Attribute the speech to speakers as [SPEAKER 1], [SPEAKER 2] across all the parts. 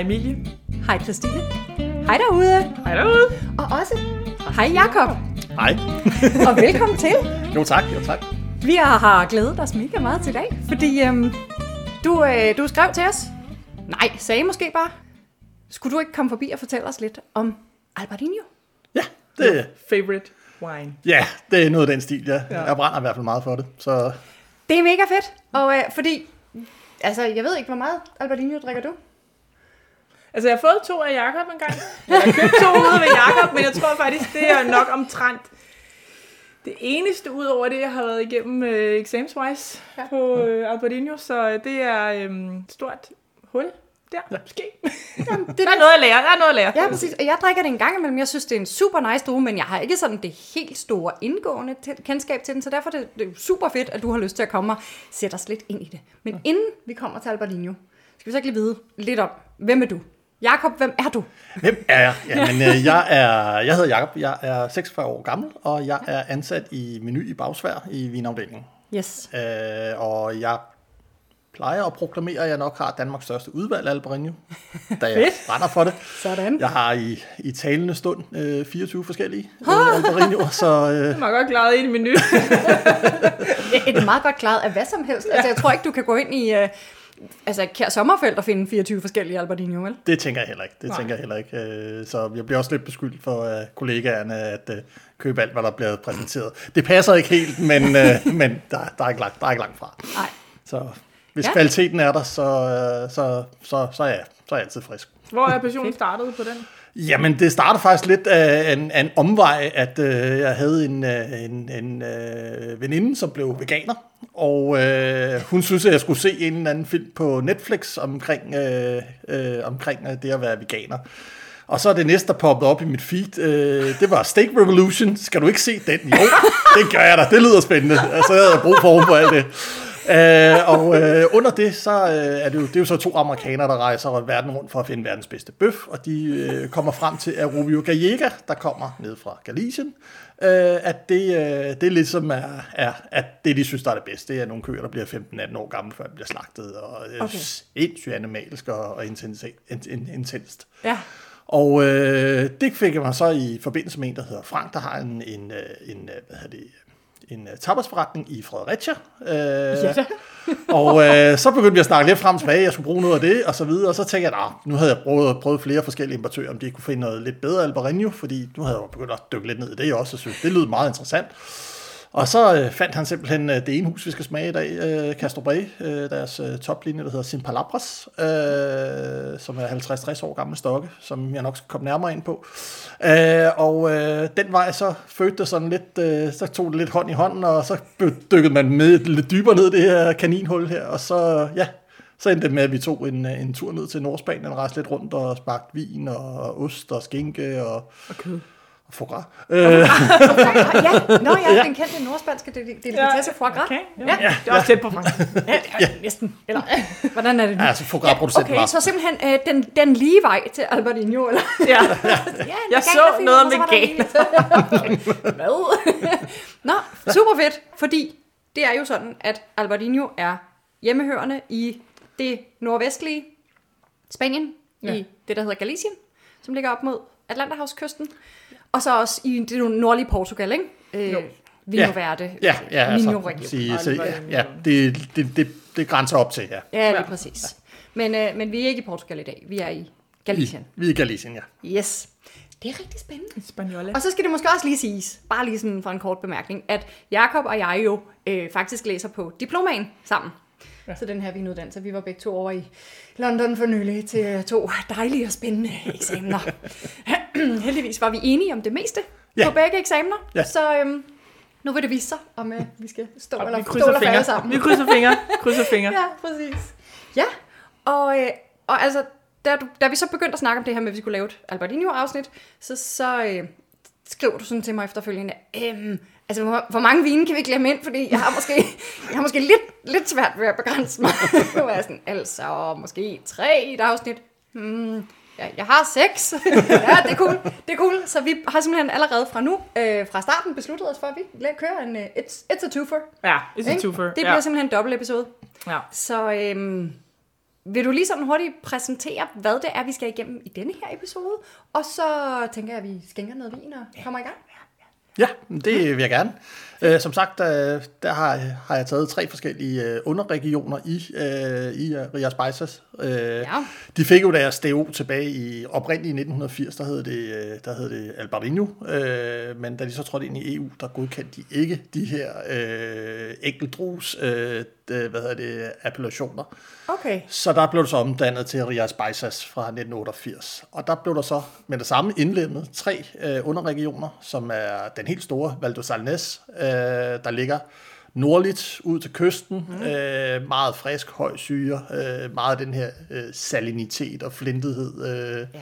[SPEAKER 1] Emilie.
[SPEAKER 2] Hej Christine. Hej derude.
[SPEAKER 1] Hej derude.
[SPEAKER 2] Og også hej Jakob.
[SPEAKER 3] Hej.
[SPEAKER 2] Og velkommen til.
[SPEAKER 3] Jo tak, jo tak.
[SPEAKER 2] Vi har- har glædet os mega meget til i dag, fordi øhm, du, øh, du skrev til os. Nej, sagde måske bare. Skulle du ikke komme forbi og fortælle os lidt om Albertinho?
[SPEAKER 3] Ja, det,
[SPEAKER 1] Favorite wine.
[SPEAKER 3] ja, det er noget af den stil, ja.
[SPEAKER 1] Ja.
[SPEAKER 3] ja. Jeg brænder i hvert fald meget for det. Så
[SPEAKER 2] Det er mega fedt, og øh, fordi... Altså, jeg ved ikke, hvor meget Albertinho drikker du?
[SPEAKER 1] Altså, jeg har fået to af Jakob en gang. Jeg har købt to ude ved Jakob, men jeg tror faktisk, det er nok omtrent det eneste ud over det, jeg har været igennem øh, examswise ja.
[SPEAKER 2] Ja.
[SPEAKER 1] på øh, Albertinho. Så øh, det er øh, et stort hul der, ja. måske.
[SPEAKER 2] Jamen, det
[SPEAKER 1] Der er noget at lære, der er noget at lære.
[SPEAKER 2] Ja, præcis. Og jeg drikker det en gang imellem. Jeg synes, det er en super nice drue, men jeg har ikke sådan det helt store indgående til- kendskab til den, så derfor er det, det er super fedt, at du har lyst til at komme og sætte os lidt ind i det. Men inden vi kommer til Albertinho, skal vi så ikke lige vide lidt om, hvem er du? Jakob, hvem er du?
[SPEAKER 3] hvem er jeg? Jamen, øh, jeg, er, jeg hedder Jakob, jeg er 46 år gammel, og jeg er ansat i menu i Bagsvær i vinafdelingen.
[SPEAKER 2] Yes.
[SPEAKER 3] Øh, og jeg plejer at proklamere, at jeg nok har Danmarks største udvalg af Albarino, da jeg brænder for det.
[SPEAKER 2] Sådan.
[SPEAKER 3] Jeg har i, i talende stund øh, 24 forskellige øh, Albarinoer, så øh,
[SPEAKER 1] Jeg har godt klaret en menu.
[SPEAKER 2] Det er meget godt klaret af hvad som helst. Altså, jeg tror ikke, du kan gå ind i... Øh, altså, Kjær Sommerfelt og finde 24 forskellige Albertinho, vel?
[SPEAKER 3] Det tænker jeg heller ikke.
[SPEAKER 1] Nej.
[SPEAKER 3] Det Nej. tænker jeg heller ikke. Øh, Så jeg bliver også lidt beskyldt for øh, kollegaerne at øh, købe alt, hvad der bliver præsenteret. Det passer ikke helt, men, øh, men der, der, er ikke langt, der er ikke langt fra.
[SPEAKER 2] Nej.
[SPEAKER 3] Så hvis
[SPEAKER 2] Ja.
[SPEAKER 3] ja. kvaliteten er der, så, øh, så, så, så, er jeg, så er jeg altid frisk.
[SPEAKER 1] Hvor er passionen startet på den?
[SPEAKER 3] Jamen, det starter faktisk lidt af en, af en omvej, at øh, jeg havde en, øh, en, en øh, veninde, som blev veganer, og øh, hun synes, at jeg skulle se en eller anden film på Netflix omkring, øh, øh, omkring øh, det at være veganer. Og så er det næste, der poppede op i mit feed, øh, det var Steak Revolution. Skal du ikke se den? Jo, det gør jeg da. Det lyder spændende. Og så havde jeg brug for oven på alt det. Øh, og øh, under det, så øh, er det, jo, det er jo så to amerikanere, der rejser verden rundt for at finde verdens bedste bøf. Og de øh, kommer frem til, at Rubio Gallega, der kommer ned fra Galicien, øh, at det, øh, det ligesom er, er at det, de synes, der er det bedste. Det er nogle køer, der bliver 15-18 år gamle, før de bliver slagtet. Og øh,
[SPEAKER 2] Okay.
[SPEAKER 3] okay. sindssygt animalsk og, og intense, in, in, intenst.
[SPEAKER 2] Ja.
[SPEAKER 3] Og øh, det fik jeg mig så i forbindelse med en, der hedder Frank, der har en, en, øh, en øh, hvad hedder det, en øh, tapasforretning i Fredericia. Øh, ja. og øh, så begyndte vi at snakke lidt frem og tilbage, jeg skulle bruge noget af det, og så videre. Og så tænkte jeg, at nu havde jeg prøvet, prøvet flere forskellige importører, om de kunne finde noget lidt bedre Albarino, fordi nu havde jeg jo begyndt at dykke lidt ned i det også, og synes, det lød meget interessant. Og så øh, fandt han simpelthen øh, det ene hus, vi skal smage i dag, øh, Castro Brey, øh, deres øh, toplinje, der hedder Simpalabras, øh, som er 50-60 år gammel stokke, som jeg nok skal komme nærmere ind på. Øh, og øh, den vej så fødte det sådan lidt, øh, så tog det lidt hånd i hånden, og så blev- dykkede man med lidt dybere ned i det her kaninhul her, og så, ja, så endte det med, at vi tog en, øh, en tur ned til Nordspanien, rejste lidt rundt og smagte vin og ost og skinke og, og kød. Og foie gras. Øh,
[SPEAKER 2] ja. Nå ja, den kendte nordspanske delikatesse ja. foie gras.
[SPEAKER 1] Okay, ja.
[SPEAKER 2] Ja.
[SPEAKER 1] ja. Det er også tæt på Frank.
[SPEAKER 2] Ja, ja. Næsten. Eller, hvordan er det nu?
[SPEAKER 3] ja, altså foie gras producenten
[SPEAKER 2] Okay, så simpelthen øh, den, den lige vej til Albertinho, eller?
[SPEAKER 1] Ja.
[SPEAKER 2] Ja,
[SPEAKER 1] Jeg så noget om veganer.
[SPEAKER 2] Hvad? Nå, super fedt, fordi det er jo sådan, at Albertinho er hjemmehørende i det nordvestlige Spanien, ja. i det, der hedder Galicien, som ligger op mod Atlanterhavskysten, og så også i det nordlige Portugal, ikke? Øh, Vino
[SPEAKER 3] Ja.
[SPEAKER 2] Verde,
[SPEAKER 3] Ja, ja,
[SPEAKER 2] Minho
[SPEAKER 3] altså,
[SPEAKER 2] Region.
[SPEAKER 3] sige, så,
[SPEAKER 1] Aldrig
[SPEAKER 3] ja, ja det, det, det, det grænser op til, ja.
[SPEAKER 2] Ja, lige
[SPEAKER 1] Ja.
[SPEAKER 2] præcis. Men, øh, men vi er ikke i Portugal i dag, vi er i
[SPEAKER 3] Vi,
[SPEAKER 2] Galicien.
[SPEAKER 3] vi er i Galicien, ja.
[SPEAKER 2] Yes. Det er rigtig spændende.
[SPEAKER 1] Spaniola.
[SPEAKER 2] Og så skal det måske også lige siges, bare lige sådan for en kort bemærkning, at Jakob og jeg jo øh, faktisk læser på diplomaen sammen. Ja. Så den her vinuddannelse, vi var begge to over i London for nylig til to dejlige og spændende eksamener. Heldigvis var vi enige om det meste ja.
[SPEAKER 3] Ja.
[SPEAKER 2] på begge eksamener, ja.
[SPEAKER 3] Ja.
[SPEAKER 2] så øhm, nu vil det vise sig, om øh, vi skal stå
[SPEAKER 1] Og
[SPEAKER 2] eller
[SPEAKER 1] vi
[SPEAKER 2] stå
[SPEAKER 1] krydser
[SPEAKER 2] eller falde
[SPEAKER 1] fingre.
[SPEAKER 2] sammen.
[SPEAKER 1] Vi krydser fingre. Krydser fingre.
[SPEAKER 2] Ja, præcis. Ja, og, øh, og altså, da, du, da vi så begyndte at snakke om det her med, at vi skulle lave et Albertinho-afsnit, så, så øh, skrev du sådan til mig efterfølgende, øhm, altså, hvor, hvor mange vine kan vi glemme ind, fordi jeg har måske, jeg har måske lidt, lidt svært ved at begrænse mig. Nu var jeg sådan, altså, måske tre i et afsnit. Hmm, ja, jeg har seks. ja, det er cool. Det er cool. Så vi har simpelthen allerede fra nu, øh, fra starten, besluttet os for, at vi kører en øh, it's, it's a twofer.
[SPEAKER 1] Ja, it's a
[SPEAKER 2] ikke?
[SPEAKER 1] twofer.
[SPEAKER 2] Det bliver
[SPEAKER 1] ja.
[SPEAKER 2] simpelthen en dobbelt episode.
[SPEAKER 1] ja.
[SPEAKER 2] Så øhm, vil du lige sådan hurtigt præsentere, hvad det er, vi skal igennem i denne her episode? Og så tænker jeg, at vi skænker noget vin og kommer i gang.
[SPEAKER 3] Ja, det vil jeg gerne. Øh, som sagt, øh, der har, har jeg taget tre forskellige øh, underregioner i, øh, i øh, Ria Spices. Øh, ja. De fik jo deres DO tilbage i oprindeligt i 1980, der hed det, øh, der hed det Albarino, øh, men da de så trådte ind i EU, der godkendte de ikke de her øh, enkeltdrues, øh, d- hvad hedder det, appellationer.
[SPEAKER 2] Okay.
[SPEAKER 3] Så der blev det så omdannet til Rias Baixas fra 1988. Og der blev der så med det samme indlemmet tre øh, underregioner, som er den helt store Val do Salnes, øh, der ligger nordligt ud til kysten, mm. øh, meget frisk, høj syre, øh, meget af den her øh, salinitet og flintethed, øh,
[SPEAKER 2] Ja.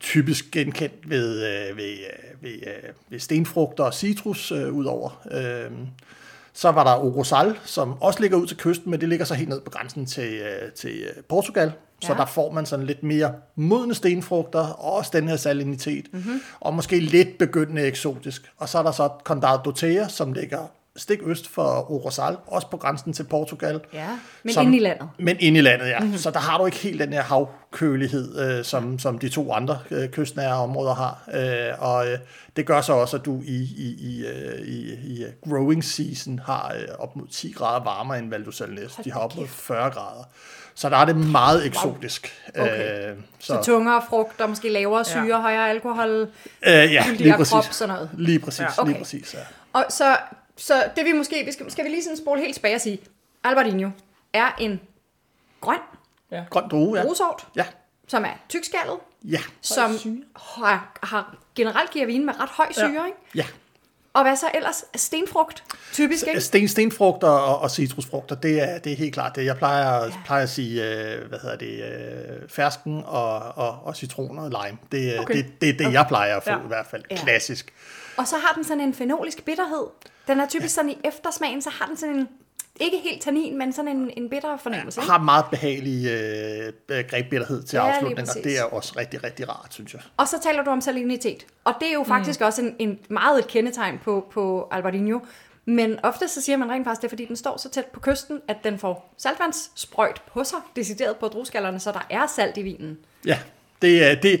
[SPEAKER 3] typisk genkendt ved, øh, ved, øh, ved, øh, ved stenfrugter og citrus øh, udover. Øh, så var der Orosal, som også ligger ud til kysten, men det ligger så helt ned på grænsen til, øh, til øh, Portugal. Så
[SPEAKER 2] Ja.
[SPEAKER 3] der får man sådan lidt mere modne stenfrugter, og også den her salinitet, mm-hmm. og måske lidt begyndende eksotisk. Og så er der så Condado Dotea, som ligger stik øst for Orosal, også på grænsen til Portugal.
[SPEAKER 2] Ja, men inde i landet.
[SPEAKER 3] Men inde i landet, ja.
[SPEAKER 2] Mhm.
[SPEAKER 3] Mm-hmm. Så der har du ikke helt den her havkølighed, øh, som, som de to andre øh, kystnære områder har. Øh, og øh, det gør så også, at du i, i, i, øh, i, i øh, growing season har øh, op mod 10 grader varmere end Val Salnes. De har op mod 40 grader. Så der er det meget eksotisk.
[SPEAKER 2] Okay.
[SPEAKER 3] Øh,
[SPEAKER 2] Så tungere frugter, måske lavere syre,
[SPEAKER 1] Ja.
[SPEAKER 2] ja. højere alkohol,
[SPEAKER 3] øh, ja, lige
[SPEAKER 2] fyldigere
[SPEAKER 3] præcis.
[SPEAKER 2] krop, sådan noget.
[SPEAKER 3] Lige præcis, ja.
[SPEAKER 2] okay.
[SPEAKER 3] lige præcis, ja.
[SPEAKER 2] Og så, så det vi måske, vi skal, skal vi lige sådan spole helt tilbage og sige, Albertinho er en grøn
[SPEAKER 3] Grøn drue, ja.
[SPEAKER 2] rosort,
[SPEAKER 3] Ja,
[SPEAKER 2] som er tykskaldet,
[SPEAKER 3] ja,
[SPEAKER 2] som har, har, generelt giver vin med ret høj syre, ja. ikke?
[SPEAKER 3] ja.
[SPEAKER 2] Og hvad så ellers? Stenfrugt, typisk, ikke?
[SPEAKER 3] Altså, Sten, stenfrugter og, og citrusfrugter, det er, det er helt klart det. Jeg plejer, ja. plejer at sige, øh, hvad hedder det, øh, fersken og, og, og citroner og lime. Det, okay.
[SPEAKER 2] Okay.
[SPEAKER 3] det, det er det, jeg plejer at få ja.
[SPEAKER 1] Ja.
[SPEAKER 3] i hvert fald.
[SPEAKER 2] Ja.
[SPEAKER 3] Klassisk.
[SPEAKER 2] Og så har den sådan en fenolisk bitterhed. Den er typisk sådan i eftersmagen, så har den sådan en, ikke helt tannin, men sådan en, en bitter fornemmelse. ikke?
[SPEAKER 3] Har meget behagelig øh, øh, grebbitterhed til
[SPEAKER 2] Ja,
[SPEAKER 3] ja,
[SPEAKER 2] lige
[SPEAKER 3] afslutning, og
[SPEAKER 2] præcis.
[SPEAKER 3] det er også rigtig, rigtig rart, synes jeg.
[SPEAKER 2] Og så taler du om salinitet. Og det er jo faktisk mm. også en, en meget et kendetegn på, på Albertinho. Men ofte så siger man rent faktisk, det er fordi, den står så tæt på kysten, at den får saltvandssprøjt på sig, decideret på drueskallerne, så der er salt i vinen.
[SPEAKER 3] Ja, det er det.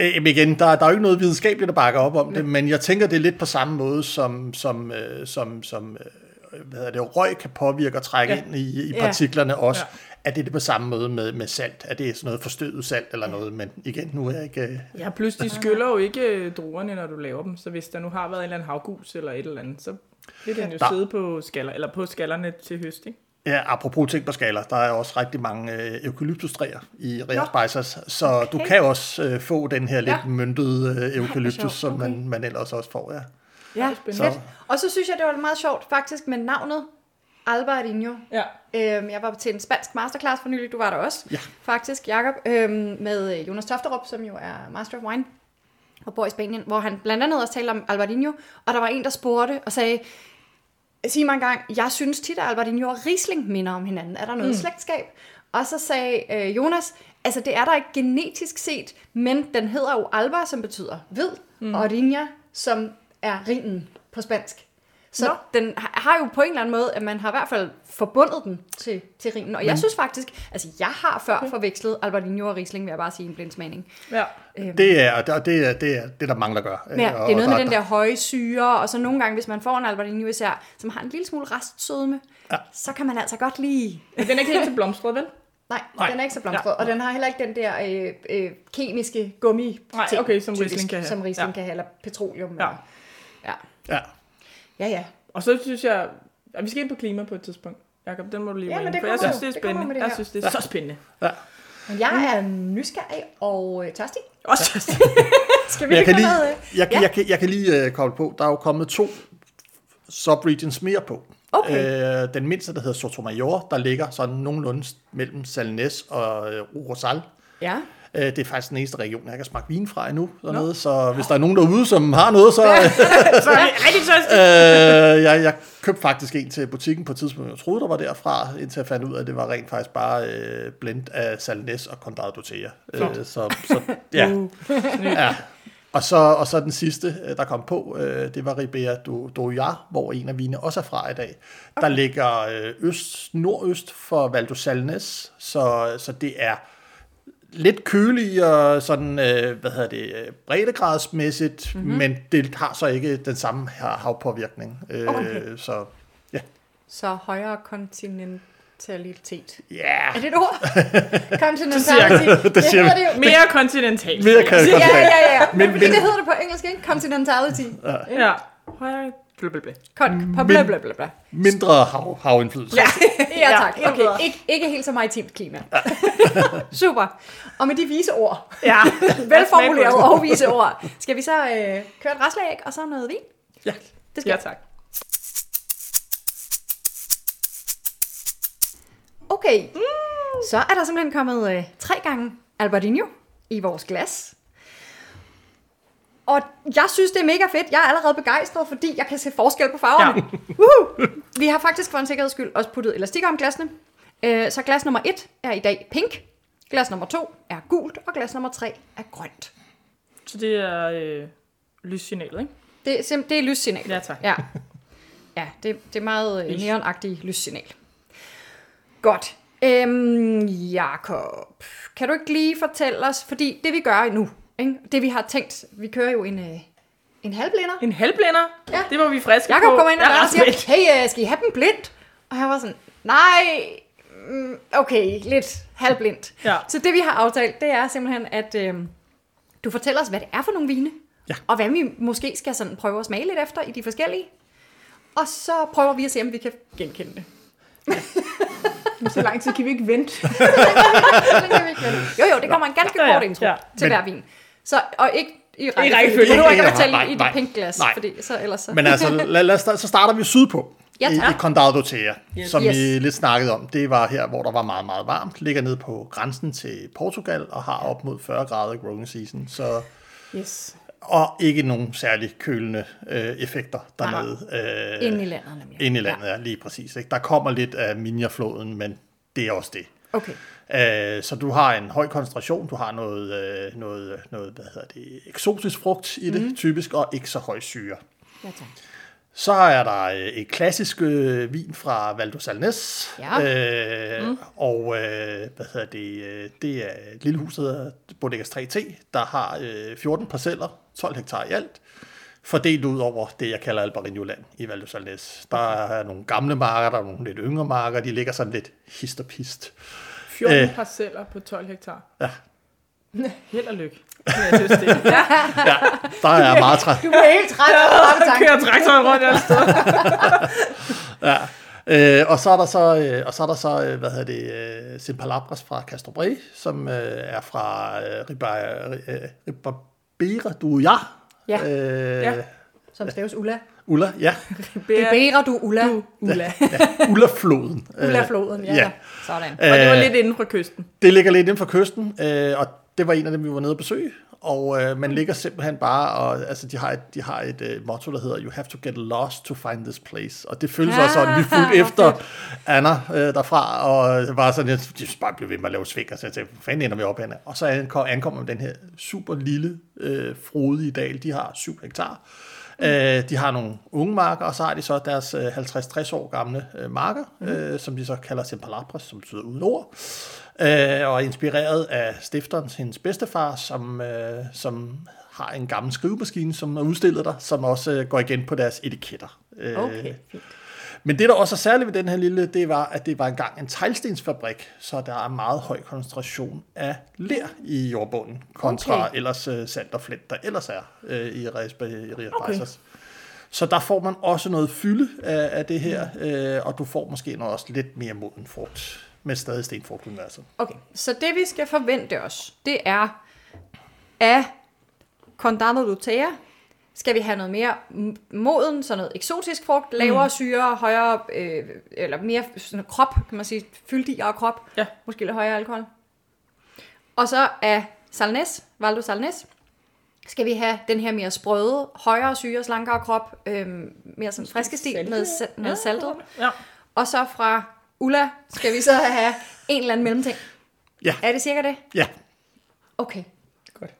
[SPEAKER 3] øh, Jamen igen, der, der er jo ikke noget videnskabeligt, der bakker op om det, men jeg tænker, det er lidt på samme måde, som, som, øh, som, som øh, hvad hedder det, røg kan påvirke og trække ja.
[SPEAKER 1] Ja.
[SPEAKER 3] ind i, i
[SPEAKER 2] Ja.
[SPEAKER 3] partiklerne også.
[SPEAKER 1] Ja.
[SPEAKER 3] Ja. Er det er det på samme måde med, med salt? Er det sådan noget forstødet salt eller noget? Men igen, nu er jeg ikke... øh,
[SPEAKER 1] Ja, plus de skyller jo ikke øh, druerne, når du laver dem. Så hvis der nu har været en eller anden havgus eller et eller andet, så vil den jo
[SPEAKER 3] Der-
[SPEAKER 1] sidde på, skaller, eller på skallerne til høst, ikke?
[SPEAKER 3] Ja, apropos ting på skaler, der er også rigtig mange øh, eukalyptustræer i Rea Spicers, så okay. du kan også øh, få den her lidt ja.
[SPEAKER 2] Ja.
[SPEAKER 3] myntede øh, eukalyptus,
[SPEAKER 2] sjovt.
[SPEAKER 3] som man,
[SPEAKER 2] Okay.
[SPEAKER 3] man ellers også får, ja.
[SPEAKER 2] Ja,
[SPEAKER 1] spændende.
[SPEAKER 2] fedt. Og så synes jeg, det var meget sjovt faktisk med navnet Albertinho.
[SPEAKER 1] Ja.
[SPEAKER 2] Øhm, jeg var til en spansk masterclass for nylig, du var der også,
[SPEAKER 3] Ja.
[SPEAKER 2] faktisk, Jacob, øhm, med øh, Jonas Tofterup, som jo er Master of Wine og bor i Spanien, hvor han blandt andet også talte om Albertinho, og der var en, der spurgte og sagde, sig mig engang, jeg synes tit, at Albertinho og Riesling minder om hinanden. Er der noget mm. slægtskab? Og så sagde øh, Jonas, altså det er der ikke genetisk set, men den hedder jo Alba, som betyder hvid, mm. og Rinja, som er rinen på spansk. Så Nå. den har- har jo på en eller anden måde, at man har i hvert fald forbundet den til, til rinen. Og men. jeg synes faktisk, altså jeg har før forvekslet Albertinho og Riesling, vil jeg bare sige i en blindsmagning.
[SPEAKER 1] Ja.
[SPEAKER 3] Det er, og det, og det er, det er det, der mangler gør. øh,
[SPEAKER 2] Ja, det er noget med den der høje syre, og så nogle gange, hvis man får en Albertinho især, som har en lille smule restsødme, ja. så kan man altså godt lige...
[SPEAKER 1] Men den er ikke helt så blomstret, vel?
[SPEAKER 2] Nej,
[SPEAKER 3] Nej.
[SPEAKER 2] Nej, den er ikke så blomstret, ja. og den har heller ikke den der øh, øh, kemiske gummi
[SPEAKER 1] Nej, okay, som Riesling kan have.
[SPEAKER 2] Som Riesling
[SPEAKER 1] Ja.
[SPEAKER 2] ja. kan have, eller petroleum.
[SPEAKER 1] Ja.
[SPEAKER 2] Ja. Ja.
[SPEAKER 3] Ja.
[SPEAKER 2] ja, ja.
[SPEAKER 1] Og så synes jeg, at vi skal ind på klima på et tidspunkt. Jakob, den må du lige
[SPEAKER 2] Ja,
[SPEAKER 1] være
[SPEAKER 2] men
[SPEAKER 1] inde
[SPEAKER 2] det
[SPEAKER 1] på. jeg
[SPEAKER 2] kommer
[SPEAKER 1] synes, det
[SPEAKER 2] jo.
[SPEAKER 1] er
[SPEAKER 2] Det kommer
[SPEAKER 1] spændende.
[SPEAKER 2] med det
[SPEAKER 1] jeg
[SPEAKER 2] her.
[SPEAKER 1] synes, det er så spændende.
[SPEAKER 2] Men jeg
[SPEAKER 1] Mm.
[SPEAKER 2] er nysgerrig og øh, tørstig.
[SPEAKER 1] Også
[SPEAKER 2] Skal vi
[SPEAKER 3] Men jeg,
[SPEAKER 2] ikke
[SPEAKER 3] kan lige,
[SPEAKER 2] have noget? øh?
[SPEAKER 3] jeg, kan,
[SPEAKER 2] Ja.
[SPEAKER 3] jeg, kan, jeg kan lige øh, koble på, der er jo kommet to subregions mere på.
[SPEAKER 2] Okay.
[SPEAKER 3] Øh, den mindste, der hedder Sotomayor, der ligger sådan nogenlunde mellem Salines og øh, Rosal.
[SPEAKER 2] Ja.
[SPEAKER 3] Øh, det er faktisk den eneste region, jeg ikke har smagt vin fra endnu. Dernede, så hvis der er nogen derude, som har noget, så... Øh,
[SPEAKER 1] så er vi rigtig tørstig.
[SPEAKER 3] øh, jeg, jeg købte faktisk en til butikken på et tidspunkt, jeg troede, der var derfra, indtil jeg fandt ud af, at det var rent faktisk bare øh,
[SPEAKER 2] Uh.
[SPEAKER 3] blend af Salines og Condado Dotea. Øh, så, så ja. ja. Og så, og så den sidste, øh, der kom på, øh, det var Ribera do, Dojar, hvor en af vine også er fra i dag. Der ligger øh, øst, nordøst for Val du Salnes, så, så det er lidt køligere, sådan, øh, hvad hedder det, øh, breddegradsmæssigt,
[SPEAKER 2] Mhm.
[SPEAKER 3] mm-hmm. men det har så ikke den samme ha- havpåvirkning. Øh,
[SPEAKER 2] Okay.
[SPEAKER 3] Så
[SPEAKER 2] Så højere kontinentalitet.
[SPEAKER 3] ja, yeah.
[SPEAKER 2] Er det et ord?
[SPEAKER 3] jeg-
[SPEAKER 2] Kontinentalitet.
[SPEAKER 3] det siger vi.
[SPEAKER 2] hedder det jo.
[SPEAKER 1] Mere kontinentalt.
[SPEAKER 3] Mere kan jeg godt
[SPEAKER 2] Altså, Ja,
[SPEAKER 3] tage.
[SPEAKER 2] ja, ja. ja. Men,
[SPEAKER 3] Men-
[SPEAKER 2] men, det
[SPEAKER 3] men-
[SPEAKER 2] hedder det på engelsk, ikke? Continentality.
[SPEAKER 1] Ja. Højere. Blablabla.
[SPEAKER 2] Kon, på bla bla bla bla.
[SPEAKER 3] mindre hav, havindflydelse. Ja.
[SPEAKER 2] Ja, tak.
[SPEAKER 1] endnu bedre.
[SPEAKER 2] Okay, ikke, ikke helt så maritimt klima. Super. Og med de vise ord,
[SPEAKER 1] Ja.
[SPEAKER 2] velformulerede og vise ord, skal vi så øh, køre et raslag og så noget vin?
[SPEAKER 1] Ja.
[SPEAKER 2] Det skal
[SPEAKER 1] Ja,
[SPEAKER 2] vi.
[SPEAKER 1] tak.
[SPEAKER 2] Okay, så er der simpelthen kommet øh, tre gange Albertinho i vores glas. Og jeg synes, det er mega fedt. Jeg er allerede begejstret, fordi jeg kan se forskel på farverne. Ja. Woohoo! Vi har faktisk for en sikkerheds skyld også puttet elastik om glasene. Øh, Så glas nummer et er i dag pink, glas nummer to er gult, og glas nummer tre er grønt.
[SPEAKER 1] Så det er øh, lyssignalet, ikke?
[SPEAKER 2] Det er, sim- det er lyssignal.
[SPEAKER 1] Ja, tak.
[SPEAKER 2] Ja, ja det, det er meget øh,
[SPEAKER 1] Lys.
[SPEAKER 2] neonagtigt lyssignal. Godt. Øhm, Jakob, kan du ikke lige fortælle os, fordi det vi gør nu, ikke? det vi har tænkt, vi kører jo en, øh, en halvblinder.
[SPEAKER 1] En halvblænder.
[SPEAKER 2] Ja.
[SPEAKER 1] Det var vi friske
[SPEAKER 2] Jakob
[SPEAKER 1] på.
[SPEAKER 2] kommer ind og,
[SPEAKER 1] Jeg er
[SPEAKER 2] der og
[SPEAKER 1] ret spændt.
[SPEAKER 2] siger, hey, øh, skal I have den blindt? Og jeg var sådan, nej, mm, okay, lidt halvblindt.
[SPEAKER 1] Ja.
[SPEAKER 2] Så det vi har aftalt, det er simpelthen, at øh, du fortæller os, hvad det er for nogle vine,
[SPEAKER 3] Ja.
[SPEAKER 2] og hvad vi måske skal sådan prøve at smage lidt efter i de forskellige. Og så prøver vi at se, om vi kan genkende det.
[SPEAKER 1] Så lang tid kan vi ikke vente.
[SPEAKER 2] Sådan kan vi ikke vælge. jo, jo, det kommer en ganske
[SPEAKER 1] Ja, ja,
[SPEAKER 2] kort intro
[SPEAKER 1] ja.
[SPEAKER 2] til
[SPEAKER 3] Men-
[SPEAKER 2] hver vin. Så, og ikke i
[SPEAKER 1] rækkefølge.
[SPEAKER 2] rækkefølge. Du behøver ikke at
[SPEAKER 3] Ja,
[SPEAKER 2] fortælle
[SPEAKER 3] nej,
[SPEAKER 2] i det
[SPEAKER 3] nej.
[SPEAKER 2] pink glas,
[SPEAKER 3] Nej.
[SPEAKER 2] fordi så ellers så...
[SPEAKER 3] Men altså, lad, lad, os starte- så starter vi sydpå.
[SPEAKER 2] Ja,
[SPEAKER 3] I, i
[SPEAKER 2] tak.
[SPEAKER 3] Condado Tea, yes. som
[SPEAKER 2] Yes.
[SPEAKER 3] vi lidt snakkede om. Det var her, hvor der var meget, meget varmt. Ligger ned på grænsen til Portugal og har op mod 40 grader i growing season. Så,
[SPEAKER 1] Yes.
[SPEAKER 3] og ikke nogen særlig kølende øh, effekter dernede. Øh,
[SPEAKER 2] Inde i landet nemlig.
[SPEAKER 3] ind i landet, ja. ja, lige præcis. Ikke? Der kommer lidt af Minjafloden, men det er også det.
[SPEAKER 2] Ja. Okay.
[SPEAKER 3] Øh, så du har en høj koncentration, du har noget, øh, noget, noget hvad hedder det, eksotisk frugt i det, mm. typisk, og ikke så høj syre.
[SPEAKER 2] Ja, tak.
[SPEAKER 3] Så er der øh, et klassisk øh, vin fra Val du Salnes.
[SPEAKER 2] Ja.
[SPEAKER 3] Øh, mm. Og øh, hvad hedder det? øh, Det er et lille hus, der hedder Bodegas 3T, der har øh, 14 parceller, 12 hektar i alt, fordelt ud over det, jeg kalder Albarino-land i Val du Salnes. Der er nogle gamle marker, der er nogle lidt yngre marker, de ligger sådan lidt hist og pist.
[SPEAKER 1] 14
[SPEAKER 3] Øh.
[SPEAKER 1] parceller på 12 hektar.
[SPEAKER 3] Ja.
[SPEAKER 1] Held og lykke. Men jeg synes, det er.
[SPEAKER 3] Ja, der er meget træ.
[SPEAKER 2] Du er helt træt af
[SPEAKER 1] Så kører traktoren rundt alle steder.
[SPEAKER 3] Ja. Øh, og så er der så, øh, og så, er der så øh, hvad hedder det, øh, Simpalabras fra Castrobré, som øh, er fra øh, Riba- øh, Ribabera du ja.
[SPEAKER 2] Ja.
[SPEAKER 3] Øh,
[SPEAKER 1] Ja.
[SPEAKER 3] ja.
[SPEAKER 2] Som staves Ulla.
[SPEAKER 3] Ulla, ja.
[SPEAKER 2] Ribera du Ulla.
[SPEAKER 1] Du, Ulla.
[SPEAKER 3] Ulla-floden.
[SPEAKER 2] Ulla-floden, ja.
[SPEAKER 3] ja.
[SPEAKER 2] ja. Sådan.
[SPEAKER 1] Og det var
[SPEAKER 3] Øh,
[SPEAKER 1] lidt inden fra kysten.
[SPEAKER 3] Det ligger lidt inden for kysten, øh, og det var en af dem, vi var nede og besøge. Og øh, man ligger simpelthen bare, og altså, de har et, de har et øh, motto, der hedder, you have to get lost to find this place. Og det føles
[SPEAKER 2] Ah,
[SPEAKER 3] ah, også sådan, vi fulgte
[SPEAKER 2] hvor
[SPEAKER 3] efter Anna øh, derfra, og var sådan, jeg de bare blev ved med at lave sving, og så jeg tænkte, hvor fanden ender vi op henne? Og så ankom, ankommer den her super lille, øh, frodige dal, de har 7 hektar. Øh, de har nogle unge marker, og så har de så deres øh, 50-60 år gamle øh, marker, øh, som de så kalder Sempalabras, som betyder uden ord. Øh, og er inspireret af stifteren, hendes bedstefar, som, øh, som har en gammel skrivemaskine, som er udstillet der, som også øh, går igen på deres etiketter. Øh,
[SPEAKER 1] Okay, fint.
[SPEAKER 3] Men det, der også er særligt ved den her lille, det var, at det var engang en teglstensfabrik, så der er meget høj koncentration af ler i jordbunden, kontra
[SPEAKER 2] Okay.
[SPEAKER 3] okay. ellers øh, sand og flint, der ellers er øh, i Rias okay. Så der får man også noget fylde af, af det her, øh, og du får måske noget også lidt mere moden frugt, men stadig stenfrugtuniverset.
[SPEAKER 2] Okay, så det vi skal forvente os, det er, af Condado Lutea skal vi have noget mere m- moden, sådan noget eksotisk frugt, lavere mm. syre, højere, øh, eller mere sådan krop, kan man sige, fyldigere krop,
[SPEAKER 1] Ja.
[SPEAKER 2] måske lidt højere alkohol. Og så af Salnes, Valdo Salnes, skal vi have den her mere sprøde, højere syre, slankere krop, øh, mere sådan friske stil, noget, sa- noget saltet.
[SPEAKER 1] Ja.
[SPEAKER 2] Og så fra Ulla skal vi så have en eller anden mellemting.
[SPEAKER 3] Ja.
[SPEAKER 2] Er det cirka det?
[SPEAKER 3] Ja,
[SPEAKER 2] Okay.
[SPEAKER 1] Godt.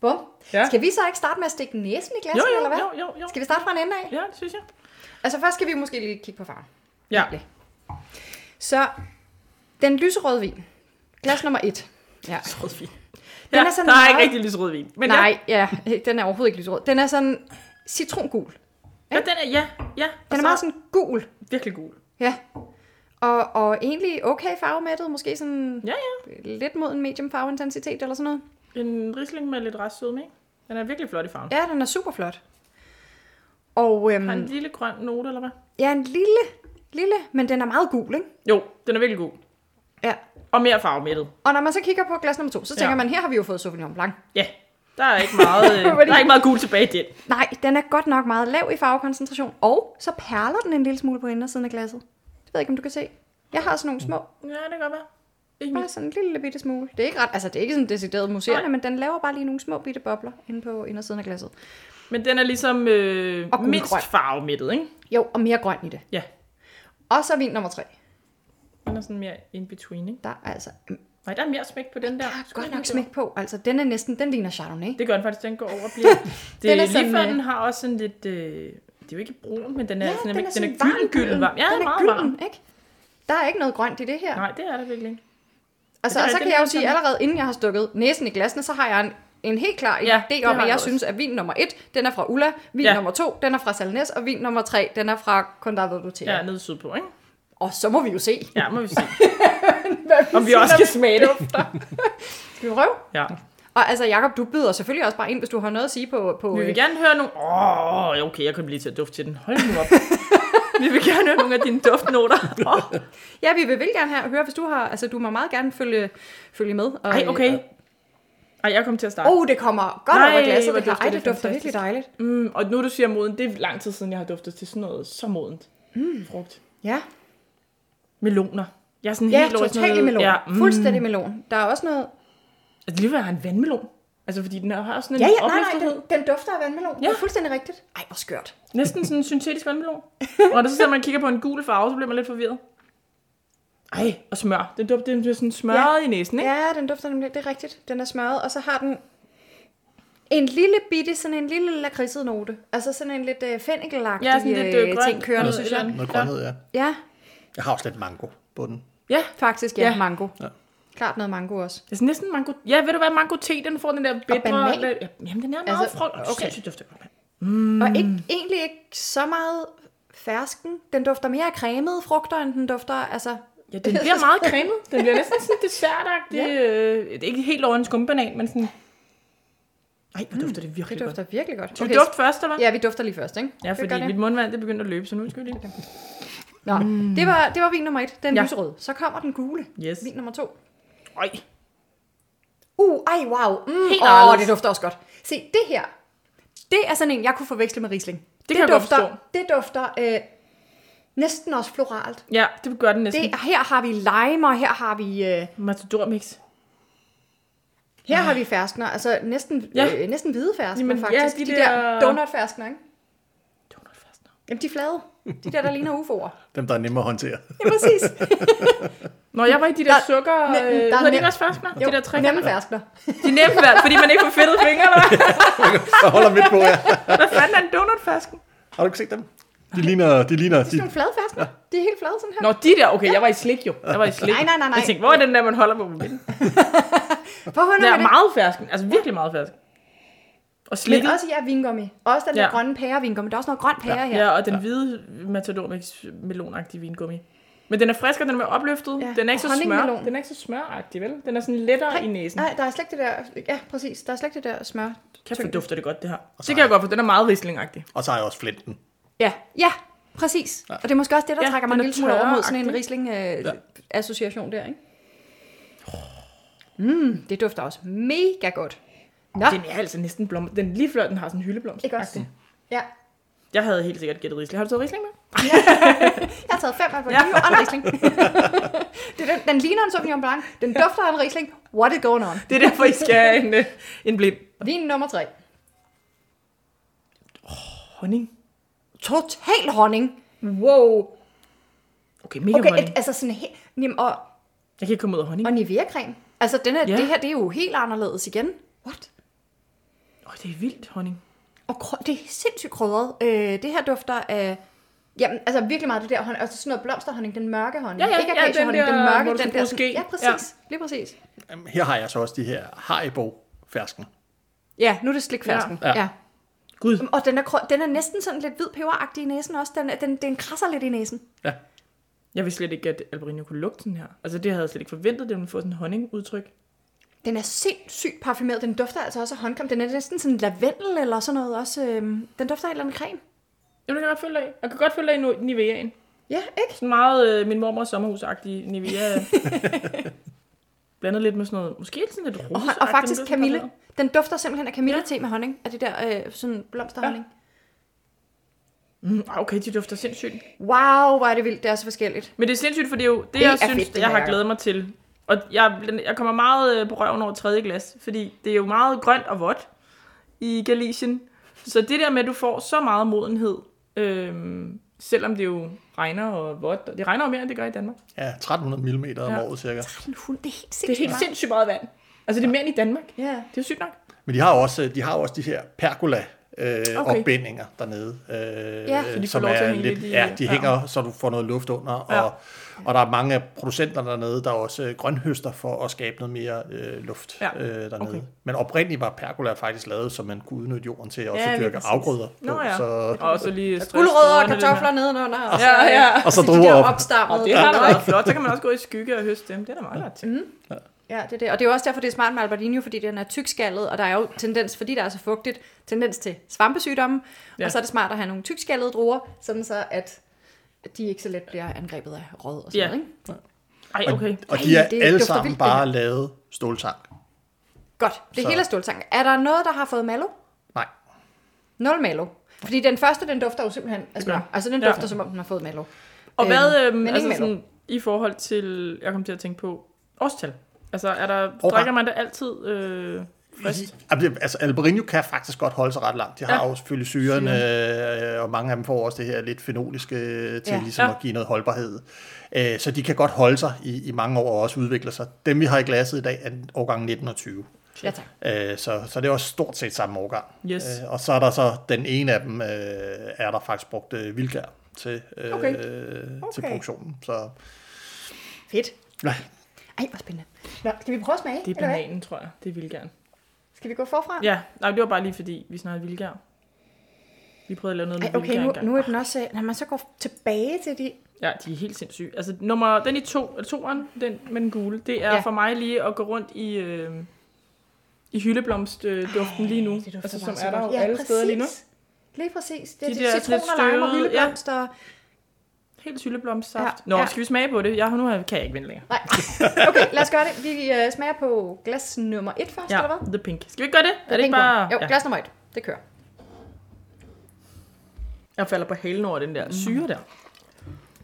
[SPEAKER 2] Bum.
[SPEAKER 1] Ja.
[SPEAKER 2] Ja. Skal vi så ikke starte med at stikke næsen i glasset,
[SPEAKER 1] Jo, jo,
[SPEAKER 2] eller hvad?
[SPEAKER 1] jo, jo, jo.
[SPEAKER 2] Skal vi starte fra en ende af?
[SPEAKER 1] Ja, det synes jeg.
[SPEAKER 2] Altså først skal vi måske lige kigge på farven.
[SPEAKER 1] Ja.
[SPEAKER 2] Ja. Så den lyserøde vin. Glas nummer et. Ja.
[SPEAKER 1] Rødvin.
[SPEAKER 2] Den
[SPEAKER 1] ja,
[SPEAKER 2] er sådan
[SPEAKER 1] der er
[SPEAKER 2] meget-
[SPEAKER 1] ikke rigtig lys rødvin. Men
[SPEAKER 2] Nej, ja. den er overhovedet ikke lyserød. Den er sådan citrongul.
[SPEAKER 1] Ja, ja, den er, ja, ja.
[SPEAKER 2] Den er meget sådan gul.
[SPEAKER 1] virkelig gul.
[SPEAKER 2] Ja. Og, og egentlig okay farvemættet, måske sådan
[SPEAKER 1] Ja, ja.
[SPEAKER 2] lidt mod en medium farveintensitet eller sådan noget.
[SPEAKER 1] En risling med lidt restsødme, ikke? Den er virkelig flot i farven.
[SPEAKER 2] Ja, den er super flot. Og
[SPEAKER 1] Har en
[SPEAKER 2] øhm,
[SPEAKER 1] lille grøn note, eller hvad?
[SPEAKER 2] ja, en lille, lille, men den er meget gul, ikke?
[SPEAKER 1] Jo, den er virkelig gul.
[SPEAKER 2] Ja.
[SPEAKER 1] Og mere farvemættet.
[SPEAKER 2] Og når man så kigger på glas nummer to, så tænker
[SPEAKER 1] Ja.
[SPEAKER 2] man, her har vi jo fået Sauvignon Blanc.
[SPEAKER 1] Ja, der er ikke meget, øh,
[SPEAKER 2] Fordi-
[SPEAKER 1] der er ikke meget gul tilbage i den.
[SPEAKER 2] Nej, den er godt nok meget lav i farvekoncentration, og så perler den en lille smule på indersiden af glasset. Det ved jeg ikke, om du kan se. Jeg har sådan nogle små,
[SPEAKER 1] Ja, det kan godt være. Ikke
[SPEAKER 2] bare
[SPEAKER 1] mit.
[SPEAKER 2] sådan en lille bitte smule. Det er ikke ret, altså det er ikke sådan decideret museerne,
[SPEAKER 1] Nej.
[SPEAKER 2] men den laver bare lige nogle små bitte bobler inde på indersiden af glasset.
[SPEAKER 1] Men den er ligesom øh,
[SPEAKER 2] Og gulgrøn.
[SPEAKER 1] mindst farvemættet, ikke?
[SPEAKER 2] Jo, og mere grønt i det.
[SPEAKER 1] Ja,
[SPEAKER 2] Og så vin nummer tre.
[SPEAKER 1] den er sådan mere in between, ikke?
[SPEAKER 2] Der er altså
[SPEAKER 1] Nej, der er mere smæk på den der.
[SPEAKER 2] der er
[SPEAKER 1] Skal
[SPEAKER 2] godt
[SPEAKER 1] vi
[SPEAKER 2] nok
[SPEAKER 1] lige
[SPEAKER 2] smæk på. Altså, den er næsten, den ligner Chardonnay.
[SPEAKER 1] Det gør den faktisk, den går over og bliver... Det,
[SPEAKER 2] Den
[SPEAKER 1] den
[SPEAKER 2] er
[SPEAKER 1] er
[SPEAKER 2] sådan,
[SPEAKER 1] lige før,
[SPEAKER 2] øh,
[SPEAKER 1] den har også sådan lidt... Øh, det er jo ikke brun, men den er,
[SPEAKER 2] Ja,
[SPEAKER 1] sådan,
[SPEAKER 2] den
[SPEAKER 1] den er
[SPEAKER 2] er, sådan
[SPEAKER 1] gylden,
[SPEAKER 2] varm,
[SPEAKER 1] gylden varm. Ja,
[SPEAKER 2] den er
[SPEAKER 1] meget varm.
[SPEAKER 2] gylden, ikke? Der er ikke noget grønt i det her.
[SPEAKER 1] Nej, det er der virkelig ikke.
[SPEAKER 2] altså,
[SPEAKER 1] det er
[SPEAKER 2] og så
[SPEAKER 1] rigtigt,
[SPEAKER 2] kan jeg
[SPEAKER 1] den
[SPEAKER 2] jo
[SPEAKER 1] er
[SPEAKER 2] sige,
[SPEAKER 1] sådan-
[SPEAKER 2] allerede inden jeg har stukket næsen i glassene, så har jeg en, en helt klar idé
[SPEAKER 1] Ja, det har
[SPEAKER 2] om, at
[SPEAKER 1] jeg
[SPEAKER 2] jeg
[SPEAKER 1] også.
[SPEAKER 2] synes, at vin nummer 1, den er fra Ulla, vin
[SPEAKER 1] Ja.
[SPEAKER 2] nummer 2, den er fra Salnes, og vin nummer 3, den er fra Condado Dutera.
[SPEAKER 1] Ja,
[SPEAKER 2] Ja.
[SPEAKER 1] nede sydpå, ikke?
[SPEAKER 2] Og så må vi jo se,
[SPEAKER 1] Ja, må vi se.
[SPEAKER 2] hvad vi
[SPEAKER 1] Om vi også kan smage det.
[SPEAKER 2] Skal vi prøve?
[SPEAKER 1] Ja.
[SPEAKER 2] Og altså, Jacob, du byder selvfølgelig også bare ind, hvis du har noget at sige på... på
[SPEAKER 1] Vi vil
[SPEAKER 2] øh,
[SPEAKER 1] gerne høre nogle... Åh, oh, okay, jeg kan blive til at dufte til den. Hold nu op. vi vil gerne høre nogle af dine duftnoter. Oh.
[SPEAKER 2] ja, vi vil, vil gerne her høre, hvis du har... Altså, du må meget gerne følge, følge med. Og, øh,
[SPEAKER 1] Ej, okay. Ej, jeg kom til at starte.
[SPEAKER 2] Åh, oh, det kommer godt
[SPEAKER 1] Nej,
[SPEAKER 2] over glasset.
[SPEAKER 1] hvor
[SPEAKER 2] Det her.
[SPEAKER 1] dufter
[SPEAKER 2] Ej,
[SPEAKER 1] det
[SPEAKER 2] det dufter
[SPEAKER 1] fantastisk.
[SPEAKER 2] virkelig dejligt.
[SPEAKER 1] Mm, og nu du siger moden, det er lang tid siden, jeg har duftet til sådan noget så modent. Mm. Frugt.
[SPEAKER 2] Ja,
[SPEAKER 1] Meloner. Jeg er sådan
[SPEAKER 2] ja
[SPEAKER 1] helt over i sådan
[SPEAKER 2] totalt
[SPEAKER 1] noget-
[SPEAKER 2] melon.
[SPEAKER 1] Ja,
[SPEAKER 2] Ja,
[SPEAKER 1] mm.
[SPEAKER 2] Fuldstændig melon. Der er også noget...
[SPEAKER 1] Altså, lige ved jeg har en vandmelon. Altså, fordi den har også sådan en
[SPEAKER 2] Ja, ja, nej, nej,
[SPEAKER 1] opløftethed.
[SPEAKER 2] den, den dufter af vandmelon. Ja. Det er fuldstændig rigtigt. Ej, hvor skørt.
[SPEAKER 1] Næsten sådan en syntetisk vandmelon. og da så sidder man og kigger på en gul farve, så bliver man lidt forvirret. Ej, og smør. Den dufter, den bliver sådan smørret ja. i næsen, ikke?
[SPEAKER 2] Ja, den dufter nemlig, det er rigtigt. Den er smørret, og så har den en lille bitte, sådan en lille lakridset note. Altså sådan en lidt øh, fennikelagtig
[SPEAKER 1] Ja, sådan lidt, øh,
[SPEAKER 2] øh,
[SPEAKER 1] grøn.
[SPEAKER 2] ting kørende,
[SPEAKER 1] Noget
[SPEAKER 2] synes
[SPEAKER 1] eller
[SPEAKER 2] jeg.
[SPEAKER 1] andet.
[SPEAKER 3] Noget grønhed, ja.
[SPEAKER 2] Ja,
[SPEAKER 3] Jeg har også lidt mango på den.
[SPEAKER 1] Ja,
[SPEAKER 2] faktisk, ja.
[SPEAKER 1] Ja.
[SPEAKER 2] ja. Mango.
[SPEAKER 3] Ja.
[SPEAKER 2] Ja. Klart noget mango også.
[SPEAKER 1] det er sådan næsten mango... Ja, ved du hvad, mango te, den får den der bedre...
[SPEAKER 2] banan.
[SPEAKER 1] Ja, jamen, den er meget altså,
[SPEAKER 2] Altså,
[SPEAKER 1] frugt.
[SPEAKER 2] okay.
[SPEAKER 1] Okay. Sindssygt dufter godt, mand.
[SPEAKER 2] Mm. Og ikke, egentlig ikke så meget fersken. Den dufter mere af cremede frugter, end den dufter, altså...
[SPEAKER 1] Ja, den bliver meget cremet. Den bliver næsten sådan dessertagtig. Ja. Øh, det er ikke helt over en skumbanan, men sådan... Ej, hvor dufter det virkelig
[SPEAKER 2] Mm,
[SPEAKER 1] det
[SPEAKER 2] Det
[SPEAKER 1] dufter.
[SPEAKER 2] dufter virkelig godt.
[SPEAKER 1] godt. Okay. Duft først, eller hvad?
[SPEAKER 2] Ja, vi dufter lige først, ikke?
[SPEAKER 1] Ja,
[SPEAKER 2] Skal
[SPEAKER 1] fordi
[SPEAKER 2] vi gøre det?
[SPEAKER 1] mit mundvand, det begyndte at løbe, så nu skal vi lige...
[SPEAKER 2] Nå, mm. det, var, det var vin nummer et, den
[SPEAKER 1] Ja.
[SPEAKER 2] ja. lyserøde. Så kommer den gule,
[SPEAKER 1] Yes.
[SPEAKER 2] vin nummer to.
[SPEAKER 1] Ej,
[SPEAKER 2] Uh, ej, wow. Mm,
[SPEAKER 1] Helt
[SPEAKER 2] Åh,
[SPEAKER 1] anderledes.
[SPEAKER 2] det dufter også godt. Se, det her, det er sådan en, jeg kunne forveksle med Riesling. Det,
[SPEAKER 1] kan jeg godt
[SPEAKER 2] dufter,
[SPEAKER 1] forstå.
[SPEAKER 2] Det dufter øh, næsten også floralt.
[SPEAKER 1] ja, det gør den næsten.
[SPEAKER 2] Det, her har vi lime, og her har vi, øh,
[SPEAKER 1] Matador mix.
[SPEAKER 2] her har vi ferskner. Altså næsten,
[SPEAKER 1] Ja.
[SPEAKER 2] ja. øh, næsten hvide ferskner,
[SPEAKER 1] Jamen, ja,
[SPEAKER 2] faktisk.
[SPEAKER 1] de
[SPEAKER 2] de, der,
[SPEAKER 1] der-
[SPEAKER 2] donutferskner, ikke?
[SPEAKER 1] Donut først.
[SPEAKER 2] Jamen, de er flade. De der, der ligner ufoer.
[SPEAKER 3] Dem, der er nemme at håndtere.
[SPEAKER 2] Ja, præcis.
[SPEAKER 1] Nå, jeg var i de der,
[SPEAKER 2] Der-
[SPEAKER 1] sukker... Øh,
[SPEAKER 2] men- der er
[SPEAKER 1] der hedder de ikke
[SPEAKER 2] nem-
[SPEAKER 1] også ferskner?
[SPEAKER 2] Jo,
[SPEAKER 1] De der tre
[SPEAKER 2] nemme ferskner.
[SPEAKER 1] De er nemt valgt, fordi man ikke får fedtede fingre, eller hvad?
[SPEAKER 3] Der holder midt på, ja.
[SPEAKER 1] Hvad fanden er en donutfersken?
[SPEAKER 3] Har du ikke set dem? De ligner... De ligner
[SPEAKER 2] Det
[SPEAKER 3] de,
[SPEAKER 2] er nogle flade ferskner. De er helt flade sådan her.
[SPEAKER 1] Nå, de der, okay, jeg var i slik jo. Jeg var i slik.
[SPEAKER 2] Nej, nej, nej, nej.
[SPEAKER 1] Jeg tænkte, hvor er den der, man holder på på midten?
[SPEAKER 2] Hvor
[SPEAKER 1] Der
[SPEAKER 2] hunder
[SPEAKER 1] er
[SPEAKER 2] vi det?
[SPEAKER 1] meget fersken, altså virkelig meget fersken. Og slik.
[SPEAKER 2] Men også ja, vingummi. Også den
[SPEAKER 1] Ja.
[SPEAKER 2] der grønne pærevingummi. Der er også noget grøn pære her.
[SPEAKER 1] Ja, og den hvide Matador Mix melonagtige vingummi. Men den er frisk, og den er mere opløftet. Ja.
[SPEAKER 2] Ja,
[SPEAKER 1] Den er ikke
[SPEAKER 2] og
[SPEAKER 1] så smør.
[SPEAKER 2] honningmelon.
[SPEAKER 1] Den er ikke så smøragtig, vel? Den er sådan lettere
[SPEAKER 2] Nej,
[SPEAKER 1] i næsen.
[SPEAKER 2] Nej, der er slet ikke det der... Ja, præcis. Der er slet ikke det der smør.
[SPEAKER 1] Kæft, hvor dufter det godt, det her. Det
[SPEAKER 3] så
[SPEAKER 1] kan jeg godt for, den er meget rislingagtig.
[SPEAKER 3] og så har jeg også flinten.
[SPEAKER 2] Ja, ja, præcis. Og det er måske også det, der
[SPEAKER 1] Ja,
[SPEAKER 2] ja, trækker
[SPEAKER 1] den
[SPEAKER 2] mig en
[SPEAKER 1] er
[SPEAKER 2] lille smule over mod sådan en
[SPEAKER 1] tørreagtig.
[SPEAKER 2] Riesling-association der, ikke? Mm, det dufter også mega godt. Nå,
[SPEAKER 1] Den er altså næsten blom. Den er lige før, den har sådan en hyldeblomst.
[SPEAKER 2] ikke også? Ja,
[SPEAKER 1] Jeg havde helt sikkert gættet risling. Har du taget risling med?
[SPEAKER 2] jeg har taget fem af på ja. og en Riesling. det er den, den ligner en Sauvignon Blanc. Den dufter af en Riesling. What is going on?
[SPEAKER 1] Det er derfor, I skal have en, øh, en blind.
[SPEAKER 2] Vin nummer tre.
[SPEAKER 1] Honning.
[SPEAKER 2] Total honning. Wow.
[SPEAKER 1] Okay, mega okay,
[SPEAKER 2] Okay,
[SPEAKER 1] honning.
[SPEAKER 2] et, altså sådan helt... jamen, Og,
[SPEAKER 1] Jeg kan ikke komme ud af honning.
[SPEAKER 2] og Nivea-creme. Altså, den er,
[SPEAKER 1] Ja.
[SPEAKER 2] ja. det her, det er jo helt anderledes igen. What?
[SPEAKER 1] Åh, det er vildt, honning.
[SPEAKER 2] Og krø- det er sindssygt krydret. Øh, det her dufter af... Jamen, altså virkelig meget det der honning. Altså sådan noget blomsterhonning, den mørke honning.
[SPEAKER 1] Ja, ja,
[SPEAKER 2] Ikke
[SPEAKER 1] ja, den
[SPEAKER 2] akaciehonning, den,
[SPEAKER 1] der,
[SPEAKER 2] mørke,
[SPEAKER 1] hvor du
[SPEAKER 2] den
[SPEAKER 1] skal
[SPEAKER 2] der...
[SPEAKER 1] bruge ske.
[SPEAKER 2] ja, præcis. Ja. Lige præcis.
[SPEAKER 3] Jamen, Her har jeg så også de her Haribo-fersken.
[SPEAKER 2] Ja, nu er det slikfærsken.
[SPEAKER 3] Ja. Ja. Gud.
[SPEAKER 2] Og den er, krø- den er næsten sådan lidt hvid peberagtig i næsen også. Den, er- den, den krasser lidt i næsen.
[SPEAKER 3] Ja.
[SPEAKER 1] Jeg vidste slet ikke, at Alberino kunne lugte den her. Altså, det havde jeg slet ikke forventet, at den ville få sådan en honningudtryk.
[SPEAKER 2] Den er sindssygt parfumeret. Den dufter altså også af håndcreme. Den er næsten sådan lavendel eller sådan noget også. Øhm, den dufter af en eller anden creme.
[SPEAKER 1] Jamen, det kan jeg godt følge af. Jeg kan godt følge af nu Niveaen.
[SPEAKER 2] Ja, ikke?
[SPEAKER 1] Sådan meget øh, min mormors sommerhusagtige Nivea. blandet lidt med sådan noget, måske sådan lidt
[SPEAKER 2] Og,
[SPEAKER 1] rose.
[SPEAKER 2] og faktisk Camille. Den dufter simpelthen af kamillete ja. med honning. Af det der øh, sådan blomsterhonning. Ja.
[SPEAKER 1] Mm, ah, okay, de dufter sindssygt.
[SPEAKER 2] Wow, hvor er det vildt. Det er så forskelligt.
[SPEAKER 1] Men det er sindssygt, for det er jo det,
[SPEAKER 2] er
[SPEAKER 1] jeg synes,
[SPEAKER 2] fedt, det
[SPEAKER 1] jeg
[SPEAKER 2] her,
[SPEAKER 1] har glædet mig til. Og jeg, jeg kommer meget øh, på røven over tredje glas, fordi det er jo meget grønt og vådt i Galicien. Så det der med, at du får så meget modenhed, øhm, selvom det jo regner og vådt. og Det regner jo mere, end det gør i Danmark.
[SPEAKER 3] Ja, 1300 mm om
[SPEAKER 1] Ja.
[SPEAKER 3] året cirka.
[SPEAKER 2] En hund, det er helt
[SPEAKER 1] Det er
[SPEAKER 2] sindssygt.
[SPEAKER 1] helt sindssygt meget vand. Altså, det er mere end i Danmark. Det
[SPEAKER 2] Ja.
[SPEAKER 1] er jo sygt nok.
[SPEAKER 3] Men de har jo også de, har jo også de her pergola øh, okay. opbindinger dernede, øh,
[SPEAKER 2] Ja, så
[SPEAKER 1] de får lov til at hænge lidt i-
[SPEAKER 3] ja, de
[SPEAKER 1] ja.
[SPEAKER 3] hænger, så du får noget luft under,
[SPEAKER 1] Ja.
[SPEAKER 3] og, og der er mange af producenterne dernede, der også øh, grønhøster for at skabe noget mere øh, luft
[SPEAKER 1] Ja,
[SPEAKER 3] øh, dernede.
[SPEAKER 1] okay.
[SPEAKER 3] Men oprindeligt var pergola faktisk lavet, så man kunne udnytte jorden til at også
[SPEAKER 1] Ja, lige
[SPEAKER 3] dyrke
[SPEAKER 1] præcis.
[SPEAKER 3] afgrøder på,
[SPEAKER 1] Nå ja.
[SPEAKER 3] så,
[SPEAKER 1] Og så lige stress.
[SPEAKER 2] Gulerødder og kartofler nedenunder. Og så, øh,
[SPEAKER 1] Ja, ja.
[SPEAKER 3] og så
[SPEAKER 2] De
[SPEAKER 3] druer
[SPEAKER 2] der
[SPEAKER 3] op.
[SPEAKER 1] Og
[SPEAKER 2] opstammede.
[SPEAKER 1] det har da været flot. Så kan man også gå i skygge og høste dem. Det er da meget godt til. Mm.
[SPEAKER 2] Ja, det er det. Og det er jo også derfor, det er smart med Albertino, fordi den er tykskaldet, og der er jo tendens, fordi der er så fugtigt, tendens til svampesygdomme. Ja.
[SPEAKER 1] Ja.
[SPEAKER 2] Og så er det smart at have nogle tykskaldede druer, sådan så at de ikke så let bliver angrebet af råd og sådan
[SPEAKER 1] Ja.
[SPEAKER 2] noget. Ikke?
[SPEAKER 1] Ej,
[SPEAKER 3] og,
[SPEAKER 1] okay.
[SPEAKER 3] og de er
[SPEAKER 2] Ej, det
[SPEAKER 3] alle
[SPEAKER 2] dufter
[SPEAKER 3] sammen
[SPEAKER 2] vildt, det
[SPEAKER 3] bare lavet ståltank.
[SPEAKER 2] Godt, det
[SPEAKER 3] Så-
[SPEAKER 2] så. hele er ståltank. Er der noget, der har fået malo?
[SPEAKER 3] Nej,
[SPEAKER 2] Nul malo. Fordi den første, den dufter jo simpelthen af smør.
[SPEAKER 1] gør den.
[SPEAKER 2] Altså den
[SPEAKER 1] Ja.
[SPEAKER 2] dufter, som om den har fået malo.
[SPEAKER 1] Og hvad, øhm,
[SPEAKER 2] men
[SPEAKER 1] altså
[SPEAKER 2] ikke
[SPEAKER 1] sådan, i forhold til, jeg kom til at tænke på, årstal. Altså, er der,
[SPEAKER 3] Årgang.
[SPEAKER 1] drikker man da altid øh, frist?
[SPEAKER 3] Jamen, det- Altså, Alberino kan faktisk godt holde sig ret langt. De har ja.
[SPEAKER 1] Ja.
[SPEAKER 3] jo selvfølgelig syren, øh, og mange af dem får også det her lidt fenoliske øh, til
[SPEAKER 2] Ja.
[SPEAKER 3] ja. ligesom
[SPEAKER 1] Ja.
[SPEAKER 3] at give noget holdbarhed. Øh, så de kan godt holde sig i, i mange år og også udvikle sig. Dem, vi har i glasset i dag, er årgang 1920.
[SPEAKER 2] Ja, tak.
[SPEAKER 3] Øh, så, så det er også stort set samme årgang.
[SPEAKER 1] Yes.
[SPEAKER 3] Øh, og så er der så, den ene af dem øh, er der faktisk brugt øh, vildgær til, øh,
[SPEAKER 2] Okay.
[SPEAKER 3] okay. til
[SPEAKER 2] Okay.
[SPEAKER 3] produktionen. Så
[SPEAKER 2] Fedt.
[SPEAKER 3] ja,
[SPEAKER 2] Ej, hvor spændende. Nå, skal vi prøve at smage?
[SPEAKER 1] Det er
[SPEAKER 2] eller hvad?
[SPEAKER 1] bananen, tror jeg. Det er vildgæren.
[SPEAKER 2] Skal vi gå forfra?
[SPEAKER 1] Ja, nej, det var bare lige fordi, vi snakkede vildgær. Vi prøvede at lave noget med
[SPEAKER 2] Ej, okay,
[SPEAKER 1] vildgær
[SPEAKER 2] nu,
[SPEAKER 1] engang.
[SPEAKER 2] nu er den også... øh, Når man så går tilbage til de...
[SPEAKER 1] Ja, de er helt sindssyge. Altså, nummer, den i to, eller toeren, den med den gule, det er
[SPEAKER 2] Ja.
[SPEAKER 1] ja. for mig lige at gå rundt i, øh, i hyldeblomstduften øh, duften lige nu. Altså, som er der jo alle steder lige nu.
[SPEAKER 2] Lige præcis. Det er
[SPEAKER 1] De
[SPEAKER 2] de
[SPEAKER 1] der
[SPEAKER 2] der citroner,
[SPEAKER 1] lidt
[SPEAKER 2] lime og
[SPEAKER 1] støvede,
[SPEAKER 2] hyldeblomster. Ja.
[SPEAKER 1] Helt hyldeblomstsaft.
[SPEAKER 2] Ja,
[SPEAKER 1] Ja. Nå,
[SPEAKER 2] ja.
[SPEAKER 1] skal vi smage på det? Jeg, nu kan jeg ikke vente længere.
[SPEAKER 2] Nej, okay, lad os gøre det. Vi øh, smager på glas nummer et først, ja. eller
[SPEAKER 1] Ja,
[SPEAKER 2] hvad?
[SPEAKER 1] the pink. Skal vi ikke gøre det? Er det ikke
[SPEAKER 2] Pink
[SPEAKER 1] bare...
[SPEAKER 2] one. Jo, glas nummer et. Det kører.
[SPEAKER 1] Jeg falder på halen over den der
[SPEAKER 2] Mm.
[SPEAKER 1] syre der.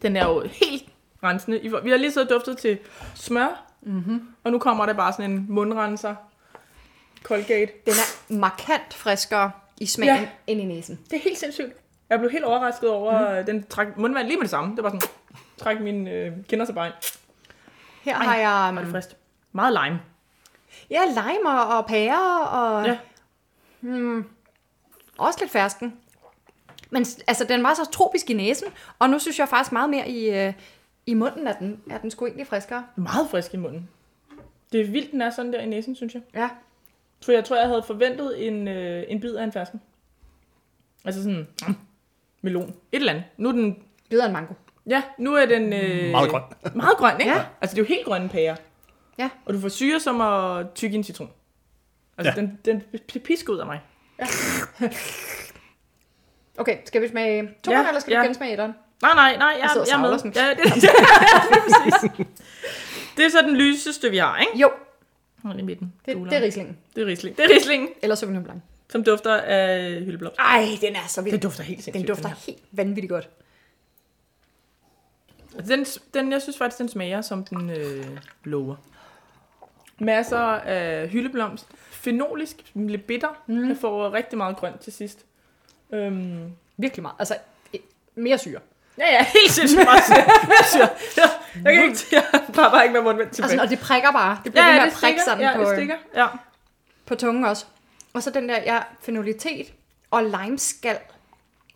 [SPEAKER 1] Den er jo helt rensende. I- Vi har lige siddet og duftet til smør, mm-hmm. og nu kommer der bare sådan en mundrenser. Colgate.
[SPEAKER 2] Den er markant friskere i smagen ja.
[SPEAKER 1] Ja.
[SPEAKER 2] end i næsen.
[SPEAKER 1] Det er helt sindssygt. Jeg blev helt overrasket
[SPEAKER 2] Mm.
[SPEAKER 1] over, mm-hmm. den trak mundvand lige med det samme. Det var sådan, træk mine øh, kinder sig bare ind.
[SPEAKER 2] Mm. Her
[SPEAKER 1] Ej,
[SPEAKER 2] har jeg
[SPEAKER 1] Var det
[SPEAKER 2] um,
[SPEAKER 1] frist? Meget lime.
[SPEAKER 2] ja, limer og pærer og ja.
[SPEAKER 1] Ja.
[SPEAKER 2] også lidt fersken. Men s- altså, den var så tropisk i næsen, og nu synes jeg faktisk meget mere i, øh, i munden, at den, at den sgu egentlig friskere.
[SPEAKER 1] Meget frisk i munden. Det er vildt, den er sådan der i næsen, synes jeg.
[SPEAKER 2] Ja.
[SPEAKER 1] For jeg tror, jeg havde forventet en, øh, en bid af en fersken. Altså sådan, mm, melon. Et eller andet. Nu er den
[SPEAKER 2] Bedre end mango.
[SPEAKER 1] Ja, nu er den... Øh,
[SPEAKER 3] meget grøn.
[SPEAKER 1] Meget grøn, ikke?
[SPEAKER 2] Ja.
[SPEAKER 1] Ja. Altså, det er jo helt grønne pærer.
[SPEAKER 2] Ja.
[SPEAKER 1] Og du får syre som at tykke i en citron. Altså, ja.
[SPEAKER 3] Ja.
[SPEAKER 1] den, den p- p- pisker ud af mig.
[SPEAKER 2] Okay, skal vi smage to ja,
[SPEAKER 1] Ja,
[SPEAKER 2] eller skal ja.
[SPEAKER 1] ja.
[SPEAKER 2] vi gensmage etteren?
[SPEAKER 1] Nej, nej, nej, jeg,
[SPEAKER 2] sidder og
[SPEAKER 1] jeg er
[SPEAKER 2] savler
[SPEAKER 1] med.
[SPEAKER 2] sådan.
[SPEAKER 1] Ja, det, ja, lige præcis. det er så den lyseste, vi har, ikke?
[SPEAKER 2] Jo,
[SPEAKER 1] Hun i midten.
[SPEAKER 2] det,
[SPEAKER 1] Guleren.
[SPEAKER 2] det er rislingen.
[SPEAKER 1] det er risling. Det er risling,
[SPEAKER 2] Eller Sauvignon Blanc.
[SPEAKER 1] som dufter af hyldeblomst.
[SPEAKER 2] Ej, den er så vild.
[SPEAKER 1] Den dufter helt
[SPEAKER 2] Ah, Den
[SPEAKER 1] sindssygt.
[SPEAKER 2] dufter
[SPEAKER 1] Den,
[SPEAKER 2] helt vanvittigt godt.
[SPEAKER 1] her. Altså, den, den, jeg synes faktisk, den smager, som den øh, lover. Masser af hyldeblomst. Fenolisk, lidt bitter. Mm. Jeg får rigtig meget grønt til sidst. Øhm,
[SPEAKER 2] Virkelig meget. Altså, eh, mere syre.
[SPEAKER 1] Ja, ja, helt sindssygt meget syre. Syre. Ja, Jeg kan ikke, jeg bare, bare ikke med mundvendt
[SPEAKER 2] Altså,
[SPEAKER 1] tilbage.
[SPEAKER 2] Og, sådan, og det prikker bare. Det bliver
[SPEAKER 1] ja,
[SPEAKER 2] ved
[SPEAKER 1] ja,
[SPEAKER 2] med
[SPEAKER 1] det
[SPEAKER 2] at prikke
[SPEAKER 1] stikker.
[SPEAKER 2] sådan
[SPEAKER 1] Ja,
[SPEAKER 2] på,
[SPEAKER 1] det stikker. Ja.
[SPEAKER 2] på tungen også. Og så den der, ja, fenolitet og limeskal.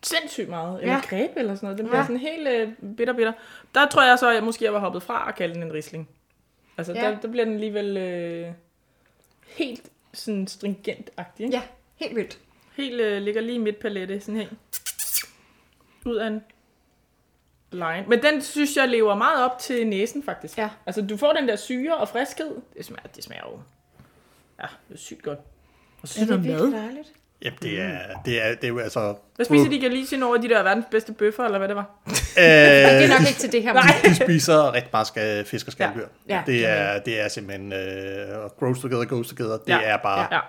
[SPEAKER 1] sindssygt meget. Eller
[SPEAKER 2] Ja.
[SPEAKER 1] ja. greb eller sådan noget. Den bliver
[SPEAKER 2] Ja.
[SPEAKER 1] sådan helt øh, bitter, bitter. Der tror jeg så, at jeg måske jeg var hoppet fra at kalde den en risling. Altså,
[SPEAKER 2] Ja.
[SPEAKER 1] ja. der, der bliver den alligevel øh, helt sådan stringent-agtig. Ikke?
[SPEAKER 2] Ja, helt vildt.
[SPEAKER 1] Helt øh, ligger lige i midtpalette, sådan her. Ud af en line. Men den synes jeg lever meget op til næsen, faktisk.
[SPEAKER 2] Ja.
[SPEAKER 1] Altså, du får den der syre og friskhed. Det smager, det smager jo... Ja, det er sygt godt. Og så synes jeg,
[SPEAKER 2] virkelig dejligt.
[SPEAKER 3] Jamen, det er, det er, det er jo altså...
[SPEAKER 1] Hvad spiser de galicien over de der verdens bedste bøffer, eller hvad det var?
[SPEAKER 2] Men det er
[SPEAKER 3] Øh,
[SPEAKER 2] nok ikke til det her.
[SPEAKER 1] Nej.
[SPEAKER 3] de spiser rigtig meget skal, fisk og skalddyr.
[SPEAKER 2] Ja. Ja,
[SPEAKER 3] det,
[SPEAKER 2] det
[SPEAKER 3] er, det er simpelthen... Øh, grows together, goes together. Det
[SPEAKER 1] Ja.
[SPEAKER 3] er bare...
[SPEAKER 1] Ja.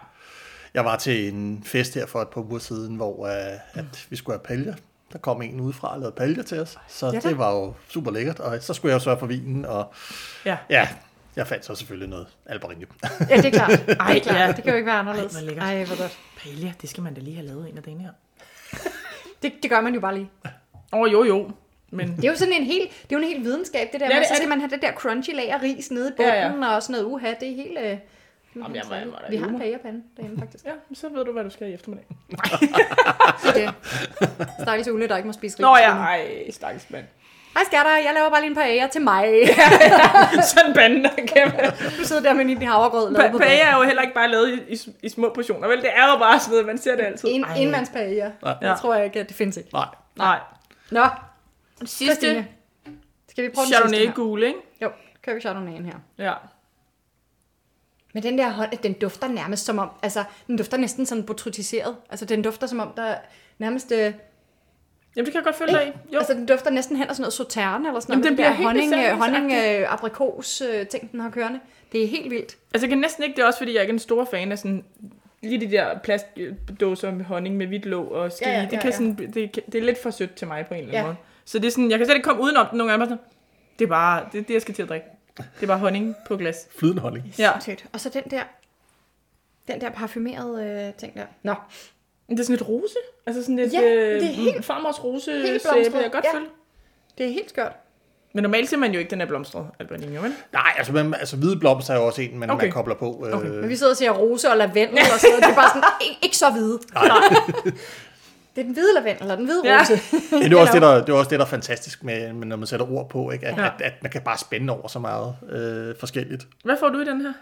[SPEAKER 3] Jeg var til en fest her for et par uger siden, hvor uh, at vi skulle have paljer. Der kom en udefra og lavede paljer til os, så
[SPEAKER 2] Ja
[SPEAKER 3] ja,
[SPEAKER 2] da.
[SPEAKER 3] det var jo super lækkert. Og så skulle jeg jo sørge for vinen, og
[SPEAKER 1] ja.
[SPEAKER 3] ja, jeg fandt så selvfølgelig noget Alberino.
[SPEAKER 2] Ja, det er klart. Ej, det, er klart.
[SPEAKER 1] ja.
[SPEAKER 2] det kan jo ikke være anderledes.
[SPEAKER 1] Ej, hvor lækkert.
[SPEAKER 2] Ej, hvor godt.
[SPEAKER 1] Paella, det skal man da lige have lavet en af denne her.
[SPEAKER 2] Det, det gør man jo bare lige.
[SPEAKER 1] Åh, oh, jo jo, men
[SPEAKER 2] Det er jo sådan en helt, det er jo en helt videnskab, det der. Ja,
[SPEAKER 1] Ja,
[SPEAKER 2] det,
[SPEAKER 1] det
[SPEAKER 2] så
[SPEAKER 1] er
[SPEAKER 2] skal
[SPEAKER 1] det.
[SPEAKER 2] man have det der crunchy lag af ris nede i
[SPEAKER 1] Ja, ja.
[SPEAKER 2] bunden, ja, ja. og sådan noget uha, det er helt... Øh, det er
[SPEAKER 1] Jamen,
[SPEAKER 2] helt
[SPEAKER 1] jeg må- jeg må
[SPEAKER 2] særligt.
[SPEAKER 1] da
[SPEAKER 2] vi har en
[SPEAKER 1] øve mig.
[SPEAKER 2] pagerpande derhjemme, faktisk.
[SPEAKER 1] ja, så ved du, hvad du skal i eftermiddag.
[SPEAKER 2] Så det Stakkels Ulle, der ikke må spise ris.
[SPEAKER 1] Nå ja, ej, stakkels mand.
[SPEAKER 2] Hej skatter, jeg laver bare lige en pager til mig.
[SPEAKER 1] Sådan banden, der kan man.
[SPEAKER 2] Du sidder der med din havregrød lavet på
[SPEAKER 1] Paella er jo heller ikke bare lavet i, i, i små portioner, vel? Det er jo bare sådan noget, man ser det altid.
[SPEAKER 2] En,
[SPEAKER 1] Ej.
[SPEAKER 2] enmandspager.
[SPEAKER 3] Ja.
[SPEAKER 2] Det tror jeg ikke, at det findes ikke.
[SPEAKER 3] Nej,
[SPEAKER 1] Nej.
[SPEAKER 2] Nå,
[SPEAKER 1] Sidste
[SPEAKER 2] Christine. Skal vi prøve den sidste
[SPEAKER 1] Chardonnay
[SPEAKER 2] her?
[SPEAKER 1] gul, ikke?
[SPEAKER 2] Jo, kører vi Chardonnay'en her.
[SPEAKER 1] Ja.
[SPEAKER 2] Men den der hånd, den dufter nærmest som om, altså, den dufter næsten sådan botrytiseret. Altså, den dufter som om, der nærmest, øh,
[SPEAKER 1] Jamen, det kan jeg godt følge dig i. Jo.
[SPEAKER 2] altså, den dufter næsten hen af sådan noget sauterne eller sådan
[SPEAKER 1] Jamen,
[SPEAKER 2] noget.
[SPEAKER 1] den
[SPEAKER 2] med
[SPEAKER 1] bliver helt
[SPEAKER 2] honning, øh, honning
[SPEAKER 1] essensagtig.
[SPEAKER 2] øh, aprikos øh, ting, den har kørende. Det er helt vildt.
[SPEAKER 1] Altså, jeg kan næsten ikke det, er også fordi jeg ikke er en stor fan af sådan lige de der plastdåser med honning med hvidt låg og stil.
[SPEAKER 2] Ja,
[SPEAKER 1] Ja,
[SPEAKER 2] ja,
[SPEAKER 1] ja,
[SPEAKER 2] ja,
[SPEAKER 1] det, kan
[SPEAKER 2] ja.
[SPEAKER 1] Sådan, det, kan- det, er lidt for sødt til mig på en eller anden
[SPEAKER 2] Ja.
[SPEAKER 1] ja. måde. Så det er sådan, jeg kan slet ikke komme udenom den nogle gange. Jeg er Bare sådan, det er bare det, er det, jeg skal til at drikke. Det er bare honning på glas.
[SPEAKER 3] flydende honning.
[SPEAKER 1] Ja.
[SPEAKER 2] Sindssygt. Og så den der, den der parfumerede øh, ting der. Nå,
[SPEAKER 1] Men Det er sådan lidt rose. Altså sådan lidt
[SPEAKER 2] Ja,
[SPEAKER 1] ja,
[SPEAKER 2] det
[SPEAKER 1] det
[SPEAKER 2] er
[SPEAKER 1] er
[SPEAKER 2] helt-
[SPEAKER 1] helt, farmors rose
[SPEAKER 2] helt blomstret,
[SPEAKER 1] sæbe, jeg godt
[SPEAKER 2] ja.
[SPEAKER 1] ja. følge.
[SPEAKER 2] det er helt skørt.
[SPEAKER 1] Men normalt ser man jo ikke, den er blomstret, Albanino, vel?
[SPEAKER 3] Nej, altså, man, altså hvide blomster er jo også en, man, okay.
[SPEAKER 1] Okay.
[SPEAKER 3] man kobler på. Øh,
[SPEAKER 2] Men
[SPEAKER 3] okay.
[SPEAKER 2] vi sidder og siger rose og lavendel og sådan noget. Det er bare sådan, ikke, ikke så hvide. Det er den hvide lavendel, eller den hvide
[SPEAKER 1] Ja.
[SPEAKER 2] rose.
[SPEAKER 3] Det, er også det, der, det er også det, der er fantastisk, med, med, når man sætter ord på, ikke? At,
[SPEAKER 1] Ja.
[SPEAKER 3] ja. at, at man kan bare spænde over så meget øh, forskelligt.
[SPEAKER 1] Hvad får du i den her?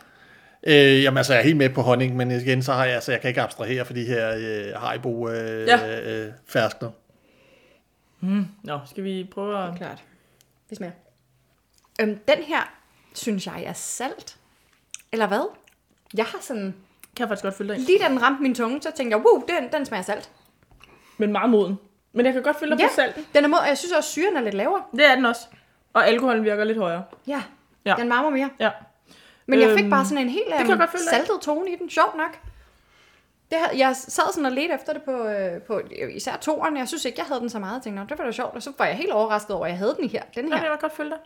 [SPEAKER 3] Øh, jamen altså, jeg er helt med på honning, men igen, så har jeg, altså, jeg kan ikke abstrahere for de her øh, Haribo øh,
[SPEAKER 1] Ja.
[SPEAKER 3] ja. øh, ferskner.
[SPEAKER 1] Nå, skal vi prøve at...
[SPEAKER 2] Klart. Det smager. Øhm, den her, synes jeg, er salt. Eller hvad? Jeg har sådan...
[SPEAKER 1] Kan jeg faktisk godt følge dig ind.
[SPEAKER 2] Lige da den ramte min tunge, så tænkte jeg, wow, den, den smager salt.
[SPEAKER 1] Men meget moden. Men jeg kan godt følge dig ja. på salten.
[SPEAKER 2] den er mod, og jeg synes også, at syren er lidt lavere.
[SPEAKER 1] Det er den også. Og alkoholen virker lidt højere.
[SPEAKER 2] Ja, ja.
[SPEAKER 1] Ja.
[SPEAKER 2] den varmer mere.
[SPEAKER 1] Ja.
[SPEAKER 2] Men jeg fik
[SPEAKER 1] Øhm,
[SPEAKER 2] bare sådan en helt
[SPEAKER 1] kan
[SPEAKER 2] øhm,
[SPEAKER 1] jeg godt følge dig.
[SPEAKER 2] saltet tone i den, sjovt nok. Det her, jeg sad sådan og ledte efter det på, øh, på især toeren. Jeg synes ikke, jeg havde den så meget. Jeg tænkte, "Nå, det var da sjovt. Og så var jeg helt overrasket over, at jeg havde den her. Den
[SPEAKER 1] Ja, jeg
[SPEAKER 2] her.
[SPEAKER 1] kan godt følge dig.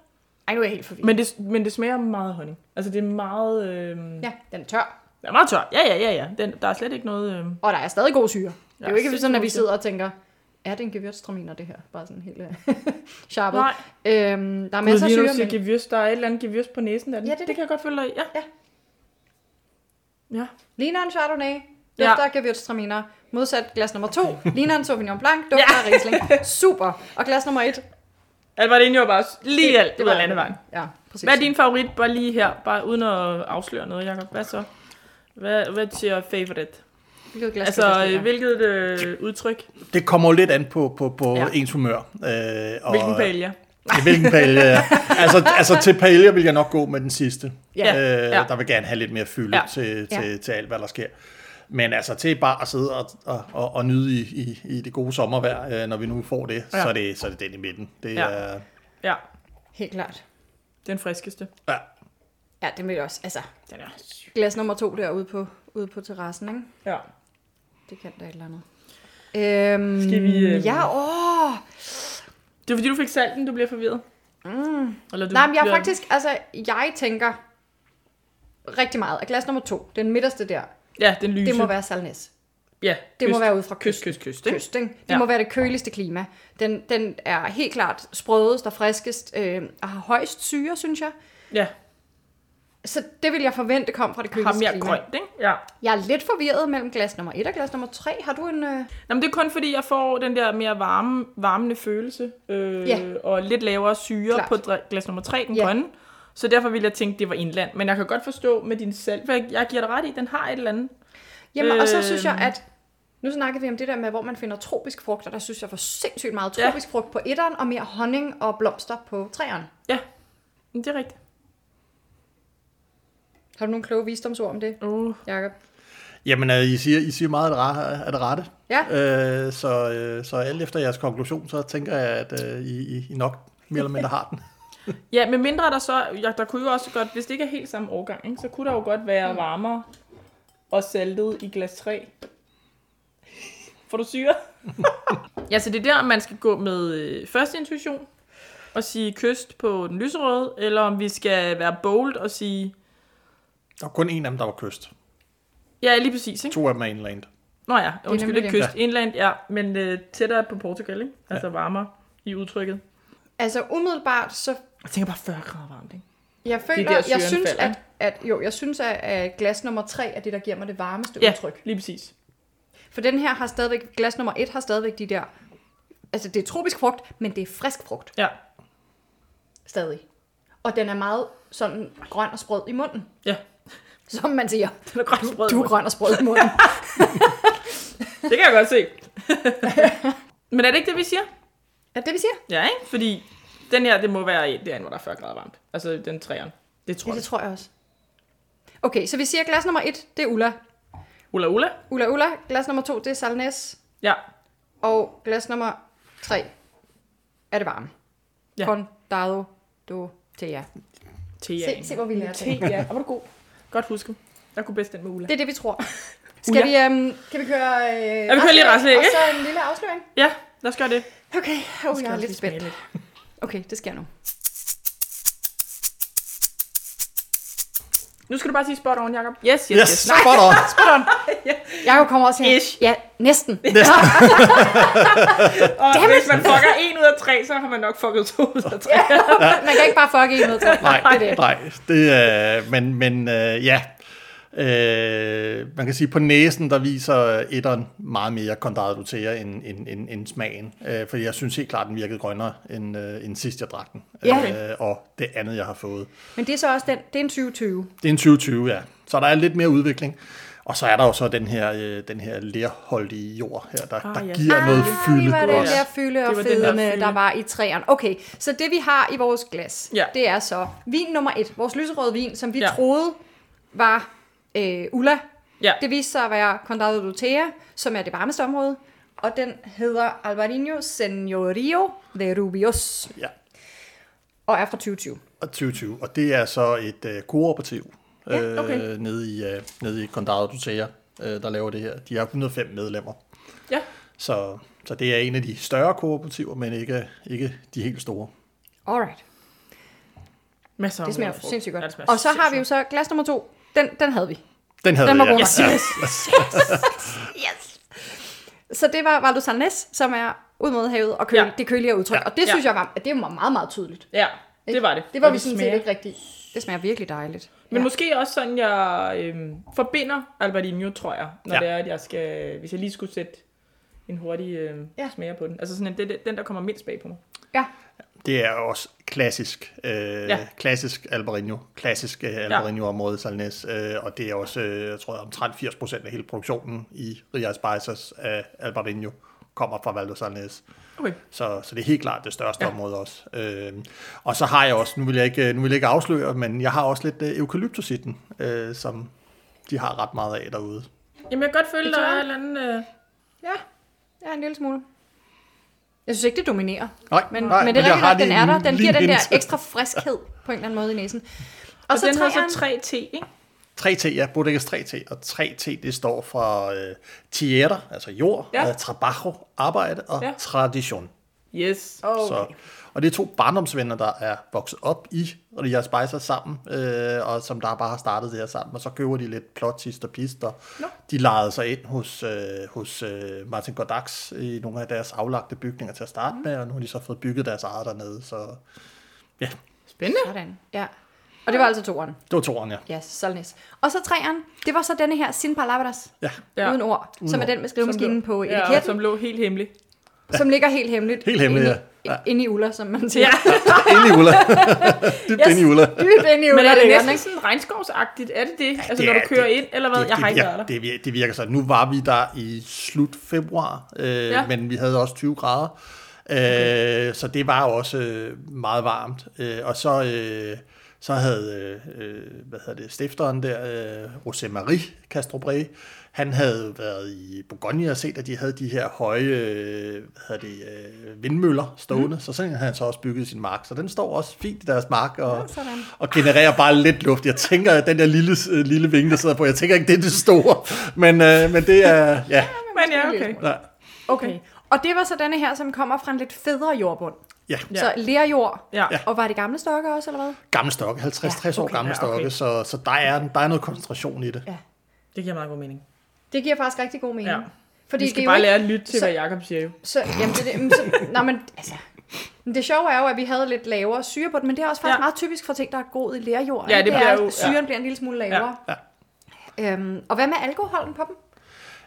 [SPEAKER 2] Ej, nu er jeg helt forvirret.
[SPEAKER 1] Men det, men det smager meget af honning. Altså, det er meget... Øh...
[SPEAKER 2] Ja, den er tør.
[SPEAKER 1] Det er meget tør. Ja, ja, ja, ja. Den, der er slet ikke noget... Øh...
[SPEAKER 2] Og der er stadig god syre. Det er jo
[SPEAKER 1] Ja,
[SPEAKER 2] ikke sådan, at vi
[SPEAKER 1] sindssygt.
[SPEAKER 2] sidder og tænker, er det en gewürztraminer, det her? Bare sådan helt øh, sharpet.
[SPEAKER 1] Nej.
[SPEAKER 2] Øhm, der er
[SPEAKER 1] Masser
[SPEAKER 2] masser
[SPEAKER 1] Gud,
[SPEAKER 2] af
[SPEAKER 1] lige nu siger
[SPEAKER 2] syre, men...
[SPEAKER 1] gevirst. Der er et eller andet gevirst på næsen af den.
[SPEAKER 2] Ja, det er det.
[SPEAKER 1] det kan jeg godt følge dig i. Ja.
[SPEAKER 2] Ja.
[SPEAKER 1] Ja.
[SPEAKER 2] Ligner en Chardonnay, dufter ja. gewürztraminer. Modsat glas nummer to, ligner en Sauvignon Blanc, dufter ja. Riesling. Super. Og glas nummer et,
[SPEAKER 1] Albertinho var også lige alt ud af landevejen.
[SPEAKER 2] ja, præcis.
[SPEAKER 1] Hvad er din favorit, bare lige her, bare uden at afsløre noget, Jacob? Hvad så? Hvad, hvad siger favorite?
[SPEAKER 2] Hvilket glas
[SPEAKER 1] Altså,
[SPEAKER 2] skal det være?
[SPEAKER 1] hvilket øh, udtryk?
[SPEAKER 3] Det kommer jo lidt an på, på, på
[SPEAKER 1] Ja.
[SPEAKER 3] ja. ens humør. Øh, og,
[SPEAKER 1] Hvilken palja?
[SPEAKER 3] Ja, Hvilken palje, ja. altså, altså til paljer vil jeg nok gå med den sidste.
[SPEAKER 2] Ja.
[SPEAKER 3] Øh,
[SPEAKER 1] Ja.
[SPEAKER 3] Der vil gerne have lidt mere fylde ja.
[SPEAKER 1] Ja.
[SPEAKER 3] til, til,
[SPEAKER 2] Ja.
[SPEAKER 3] til alt, hvad der sker. Men altså til bare at sidde og, og, og, og nyde i, i, i det gode sommervejr, øh, når vi nu får det, ja.
[SPEAKER 1] Ja.
[SPEAKER 3] så, er det, så er det den i midten. Det
[SPEAKER 1] Ja.
[SPEAKER 3] er,
[SPEAKER 1] Ja,
[SPEAKER 2] Helt klart.
[SPEAKER 1] den friskeste.
[SPEAKER 3] ja.
[SPEAKER 2] Ja, det vil jeg også. Altså,
[SPEAKER 1] Den er syg.
[SPEAKER 2] glas nummer to derude på, ude på terrassen, ikke?
[SPEAKER 1] Ja.
[SPEAKER 2] Det kan da et eller andet. Øhm,
[SPEAKER 1] Skal vi, øhm,
[SPEAKER 2] Ja, åh.
[SPEAKER 1] Det er fordi, du fik salten, du bliver forvirret. Mm. Eller du
[SPEAKER 2] Nej, men jeg er
[SPEAKER 1] bliver-
[SPEAKER 2] faktisk, altså, jeg tænker rigtig meget, at glas nummer to, den midterste der,
[SPEAKER 1] Ja, den lyse.
[SPEAKER 2] det må være Salnes.
[SPEAKER 1] ja,
[SPEAKER 2] Det må være ude fra
[SPEAKER 1] kyst, kyst,
[SPEAKER 2] kyst,
[SPEAKER 1] kyst. ikke?
[SPEAKER 2] kyst ikke? Det
[SPEAKER 1] Ja.
[SPEAKER 2] må være det køligste klima. Den, den er helt klart sprødest og friskest, øh, og har højst syre, synes jeg.
[SPEAKER 1] Ja,
[SPEAKER 2] Så det vil jeg forvente kom fra det
[SPEAKER 1] Har
[SPEAKER 2] køkkenskema.
[SPEAKER 1] mere grønt, ikke? Ja.
[SPEAKER 2] Jeg er lidt forvirret mellem glas nummer 1 og glas nummer 3. Har du en... Øh...
[SPEAKER 1] Nå, men det er kun fordi, jeg får den der mere varme, varmende følelse, øh,
[SPEAKER 2] Ja.
[SPEAKER 1] og lidt lavere syre
[SPEAKER 2] Klart.
[SPEAKER 1] Klart. på dr- glas nummer 3, den
[SPEAKER 2] Ja.
[SPEAKER 1] ja. grønne. Så derfor ville jeg tænke, det var indland. Men jeg kan godt forstå med din salve, jeg, jeg giver dig ret i, den har et eller andet.
[SPEAKER 2] Jamen, øh... og så synes
[SPEAKER 1] Øhm.
[SPEAKER 2] jeg, at... Nu snakkede vi om det der med, hvor man finder tropisk frugt, og der synes jeg for sindssygt meget tropisk ja. frugt på etteren, og mere honning og blomster på træeren.
[SPEAKER 1] Ja, men det er rigtigt.
[SPEAKER 2] Har du nogle kloge visdomsord om det,
[SPEAKER 1] Uh.
[SPEAKER 2] Jacob?
[SPEAKER 3] Jamen, øh, I siger, I siger meget af det ra- af det rette.
[SPEAKER 2] Ja.
[SPEAKER 3] Øh, så, øh, så alt efter jeres konklusion, så tænker jeg, at øh, I, I- I nok mere eller mindre har den.
[SPEAKER 1] Ja, med mindre der så, ja, der kunne jo også godt, hvis det ikke er helt samme årgang, ikke, så kunne der jo godt være varmere og saltet i glas 3. Får du syre? ja, så det er der, man skal gå med øh, første intuition og sige kyst på den lyserøde, eller om vi skal være bold og sige,
[SPEAKER 3] Der var kun en af dem, der var kyst.
[SPEAKER 1] ja, lige præcis, ikke?
[SPEAKER 3] To af dem er inland.
[SPEAKER 1] Nå ja, undskyld,
[SPEAKER 2] nemlig
[SPEAKER 1] ikke
[SPEAKER 2] det.
[SPEAKER 1] kyst, indland, ja, men øh, tættere på Portugal, ikke? Altså varmere i udtrykket.
[SPEAKER 2] Altså umiddelbart, så
[SPEAKER 1] Jeg tænker bare 40 grader varmt, ikke?
[SPEAKER 2] jeg føler,
[SPEAKER 1] der,
[SPEAKER 2] jeg
[SPEAKER 1] syren
[SPEAKER 2] synes,
[SPEAKER 1] falder,
[SPEAKER 2] at, at, jo, jeg synes, at, at glas nummer 3 er det, der giver mig det varmeste
[SPEAKER 1] Ja,
[SPEAKER 2] udtryk.
[SPEAKER 1] lige præcis.
[SPEAKER 2] For den her har stadigvæk, glas nummer 1 har stadigvæk de der, altså det er tropisk frugt, men det er frisk frugt
[SPEAKER 1] Ja,
[SPEAKER 2] stadig. Og den er meget sådan grøn og sprød i munden,
[SPEAKER 1] ja.
[SPEAKER 2] som man siger.
[SPEAKER 1] Den er grøn sprød.
[SPEAKER 2] Du er grøn og sprød i munden.
[SPEAKER 1] Det kan jeg godt se. Men er det ikke det, vi siger?
[SPEAKER 2] er det, vi siger?
[SPEAKER 1] Ja, ikke? Fordi den her, det må være i- derinde, hvor der er 40 grader varmt. Altså den træeren. Det tror
[SPEAKER 2] Ja,
[SPEAKER 1] jeg.
[SPEAKER 2] det tror jeg også. Okay, så vi siger, at glas nummer 1, det er Ulla.
[SPEAKER 1] Ulla Ulla?
[SPEAKER 2] Ulla Ulla. Glas nummer 2, det er Salnes.
[SPEAKER 1] Ja.
[SPEAKER 2] Og glas nummer 3 er det varme. Ja.
[SPEAKER 1] Ja.
[SPEAKER 2] Condado do Tea.
[SPEAKER 1] Teaen.
[SPEAKER 2] Se, se, hvor vi lærer det.
[SPEAKER 1] Te, ja. Og var du god. Godt husket. Jeg kunne bedst den med Ulla.
[SPEAKER 2] Det er det, vi tror. Skal vi, øhm, kan vi køre... Øh, ja,
[SPEAKER 1] vi kører lige afsløring,
[SPEAKER 2] Og
[SPEAKER 1] ikke?
[SPEAKER 2] så en lille afsløring.
[SPEAKER 1] Ja, lad os gøre det.
[SPEAKER 2] Okay, oh, jeg
[SPEAKER 1] Skal
[SPEAKER 2] er
[SPEAKER 1] også lige
[SPEAKER 2] lidt
[SPEAKER 1] smage
[SPEAKER 2] spændt.
[SPEAKER 1] lidt.
[SPEAKER 2] Okay, det sker nu.
[SPEAKER 1] Nu skal du bare sige spot on, Jacob. Yes, yes,
[SPEAKER 3] Yes,
[SPEAKER 1] yes. yes.
[SPEAKER 3] spot on.
[SPEAKER 2] Jeg kommer også her.
[SPEAKER 1] Ish.
[SPEAKER 2] Ja, næsten.
[SPEAKER 1] Og hvis man fucker en ud af tre, så har man nok fucket to ud af tre.
[SPEAKER 2] Man kan ikke bare fuck i noget til.
[SPEAKER 3] Nej,
[SPEAKER 2] det er
[SPEAKER 3] det. nej. Det, øh, men men øh, ja, øh, man kan sige, på næsen, der viser etteren meget mere Condado Dutea end, end, end, end smagen. Øh, fordi jeg synes helt klart, den virkede grønnere end, øh, end sidst, jeg drak den.
[SPEAKER 2] Ja.
[SPEAKER 3] Øh, og det andet, jeg har fået.
[SPEAKER 2] Men det er så også den, det er en 2020.
[SPEAKER 3] Det er en 2020, ja. Så der er lidt mere udvikling. Og så er der jo så den her, øh, den her lerholdige jord her, der,
[SPEAKER 1] Ah,
[SPEAKER 3] der
[SPEAKER 1] ja.
[SPEAKER 3] giver noget
[SPEAKER 2] Det
[SPEAKER 3] fylde.
[SPEAKER 2] var den
[SPEAKER 1] også.
[SPEAKER 2] der fylde og
[SPEAKER 1] Det var den der
[SPEAKER 2] fedme,
[SPEAKER 1] fylde.
[SPEAKER 2] der var i træerne. Okay, så det vi har i vores glas,
[SPEAKER 1] Ja.
[SPEAKER 2] det er så vin nummer et. Vores lyserøde vin, som vi ja.
[SPEAKER 1] Ja.
[SPEAKER 2] troede var øh, Ulla.
[SPEAKER 1] Ja.
[SPEAKER 2] Det viste sig at være Condado Dutea, som er det varmeste område. Og den hedder Alvarinho Seniorio de Rubios,
[SPEAKER 3] Ja,
[SPEAKER 2] og er fra 2020.
[SPEAKER 3] og 2020. Og det er så et øh, kooperativ
[SPEAKER 1] Ja, okay.
[SPEAKER 3] øh, nede i, øh, nede i Condado Dutea, øh, der laver det her. De har 105 medlemmer.
[SPEAKER 1] Ja.
[SPEAKER 3] Så, så det er en af de større kooperativer, men ikke, ikke de helt store.
[SPEAKER 2] Alright.
[SPEAKER 1] Masser af
[SPEAKER 2] Det smager
[SPEAKER 1] rød frugt.
[SPEAKER 2] sindssygt
[SPEAKER 1] Ja,
[SPEAKER 2] godt.
[SPEAKER 1] det smager
[SPEAKER 2] og så har vi jo
[SPEAKER 1] sindssygt
[SPEAKER 2] så glas nummer to. Den, den havde vi.
[SPEAKER 3] Den havde
[SPEAKER 2] Den var
[SPEAKER 3] jeg.
[SPEAKER 2] god
[SPEAKER 1] godt.
[SPEAKER 2] nok.
[SPEAKER 1] Yes, yes.
[SPEAKER 2] Så det var Valdo Salnes, som er ud mod havet og køl, ja.
[SPEAKER 1] Ja.
[SPEAKER 2] det køligere udtryk. Ja. Og det
[SPEAKER 1] Ja.
[SPEAKER 2] synes jeg var, det var meget, meget tydeligt.
[SPEAKER 1] Ja, det var det.
[SPEAKER 2] Det var
[SPEAKER 1] Og
[SPEAKER 2] vi
[SPEAKER 1] det
[SPEAKER 2] sådan set
[SPEAKER 1] smager
[SPEAKER 2] ikke rigtig. Det smager virkelig dejligt.
[SPEAKER 1] Men ja. måske også sådan, jeg øhm, forbinder Albertinho, tror jeg, når
[SPEAKER 3] Ja.
[SPEAKER 1] ja. det er, at jeg skal, hvis jeg lige skulle sætte en hurtig øhm,
[SPEAKER 2] Ja.
[SPEAKER 1] ja. smager på den. Altså sådan, at det, er den, der kommer mindst bag på mig.
[SPEAKER 2] Ja.
[SPEAKER 3] Det er også klassisk, øh, ja. klassisk Albarino, klassisk øh, Albarino-område i Salnes, øh, og det er også, øh, jeg tror, omtrent 80% af hele produktionen i Ria Spicers af Albarino kommer fra Valdo Salnes.
[SPEAKER 1] Okay.
[SPEAKER 3] Så, så det er helt klart det største ja.
[SPEAKER 1] Ja.
[SPEAKER 3] område også. Øhm, og så har jeg også, nu vil jeg ikke, nu vil jeg ikke afsløre, men jeg har også lidt øh, eukalyptus i den, øh, som de har ret meget af derude.
[SPEAKER 1] Jamen, jeg kan godt føle,
[SPEAKER 2] Det
[SPEAKER 1] der
[SPEAKER 2] tror
[SPEAKER 1] er
[SPEAKER 2] jeg.
[SPEAKER 1] et eller andet... Øh,
[SPEAKER 2] Ja, ja en lille smule. Jeg synes ikke, det dominerer.
[SPEAKER 3] Nej,
[SPEAKER 2] Men,
[SPEAKER 3] nej,
[SPEAKER 2] nej, men det er
[SPEAKER 3] jeg
[SPEAKER 2] rigtigt,
[SPEAKER 3] har
[SPEAKER 2] at den
[SPEAKER 3] lige
[SPEAKER 2] er der.
[SPEAKER 3] en
[SPEAKER 2] Den giver
[SPEAKER 3] lille
[SPEAKER 2] den der
[SPEAKER 3] hint.
[SPEAKER 2] ekstra friskhed på en eller anden måde i næsen. Og,
[SPEAKER 1] og
[SPEAKER 2] så
[SPEAKER 1] den har
[SPEAKER 2] træerne.
[SPEAKER 1] så 3 T, ikke?
[SPEAKER 3] 3T, ja, Bodegas 3T, og 3T, det står for øh, tierra, altså jord, ja.
[SPEAKER 1] Ja.
[SPEAKER 3] øh, trabajo, arbejde, og ja.
[SPEAKER 1] Ja.
[SPEAKER 3] tradition.
[SPEAKER 1] Yes.
[SPEAKER 2] Okay.
[SPEAKER 3] Så, og det er to barndomsvenner, der er vokset op i Ria Spicer sammen, øh, og som der bare har startet det her sammen, og så køber de lidt plotist og pister.
[SPEAKER 1] Nå.
[SPEAKER 3] De lejede sig ind hos, øh, hos øh, Martin Gordax i nogle af deres aflagte bygninger til at starte mm. med, og nu har de så fået bygget deres eget dernede, så ja,
[SPEAKER 1] Spændende.
[SPEAKER 2] Sådan, ja. Og det var altså toeren.
[SPEAKER 3] Det var toren, ja.
[SPEAKER 2] Ja, yes, Solnes. Og så treeren, det var så denne her Sin Palabras,
[SPEAKER 3] ja.
[SPEAKER 2] ja.
[SPEAKER 1] Ja.
[SPEAKER 2] uden ord, uden som er
[SPEAKER 3] ord.
[SPEAKER 2] den med skrivemaskinen på etiketten,
[SPEAKER 1] Ja,
[SPEAKER 2] ja,
[SPEAKER 1] og som lå helt hemmelig.
[SPEAKER 2] som, som ligger helt hemmeligt.
[SPEAKER 3] Helt hemmeligt,
[SPEAKER 2] inde, i-
[SPEAKER 3] ja. Ja.
[SPEAKER 2] Inde i Ulla, som man siger.
[SPEAKER 1] Ja,
[SPEAKER 3] Inde i Ulla. Dybt yes. inde i Ulla.
[SPEAKER 2] Dybt inde i Ulla,
[SPEAKER 1] men er
[SPEAKER 2] det
[SPEAKER 1] det
[SPEAKER 2] ligger den,
[SPEAKER 1] næsten
[SPEAKER 2] ikke?
[SPEAKER 1] sådan regnskovsagtigt? Er det det? Altså,
[SPEAKER 3] det
[SPEAKER 1] når du
[SPEAKER 3] er-
[SPEAKER 1] kører
[SPEAKER 3] det-
[SPEAKER 1] ind, eller hvad? Jeg har ikke
[SPEAKER 3] virker,
[SPEAKER 1] været der.
[SPEAKER 3] Det virker, det virker sådan. Nu var vi der i slut februar, øh, ja. men vi havde også 20 grader. Øh, okay. Så det var også øh, meget varmt. Øh, og så, øh, så havde øh, hvad hedder det, stifteren der, øh, José Marie Castrobré, han havde været i Bourgogne og set, at de havde de her høje øh, hvad hedder det, øh, vindmøller stående. Mm. Så sådan havde han så også bygget i sin mark. Så den står også fint i deres mark og, ja, og genererer bare lidt luft. Jeg tænker, at den der lille, øh, lille vinge, der sidder på, jeg tænker ikke, det er det store. Men, øh, men det er... Ja,
[SPEAKER 1] Men ja, okay.
[SPEAKER 3] ja,
[SPEAKER 2] Okay. Og det var så denne her, som kommer fra en lidt federe jordbund.
[SPEAKER 3] ja.
[SPEAKER 2] Ja. Så lerjord.
[SPEAKER 1] Ja. Ja.
[SPEAKER 2] Og var det gamle stokker også, eller hvad?
[SPEAKER 3] Gammel stokke, 50-60
[SPEAKER 2] Ja,
[SPEAKER 3] år
[SPEAKER 2] okay,
[SPEAKER 3] gammel
[SPEAKER 1] ja, okay.
[SPEAKER 3] stokke, så, så der, er, der er noget koncentration i det.
[SPEAKER 2] Ja.
[SPEAKER 1] Det giver meget god mening.
[SPEAKER 2] Det giver faktisk rigtig god mening.
[SPEAKER 1] Ja. Vi
[SPEAKER 2] Fordi det er
[SPEAKER 1] skal
[SPEAKER 2] jo
[SPEAKER 1] bare
[SPEAKER 2] ikke-
[SPEAKER 1] lære at lytte til,
[SPEAKER 2] så-
[SPEAKER 1] hvad Jacob siger jo.
[SPEAKER 2] Så, jamen, det, er det, men så, nej, men altså... men Det sjove er jo, at vi havde lidt lavere syre på det, men det er også faktisk ja.
[SPEAKER 1] Ja.
[SPEAKER 2] meget typisk for ting, der er groet i lerjord.
[SPEAKER 1] Ja,
[SPEAKER 2] ikke?
[SPEAKER 1] det bliver
[SPEAKER 2] er,
[SPEAKER 1] jo-
[SPEAKER 2] at Syren ja. bliver en lille smule lavere.
[SPEAKER 3] Ja,
[SPEAKER 2] ja. Øhm, og hvad med alkoholen på dem?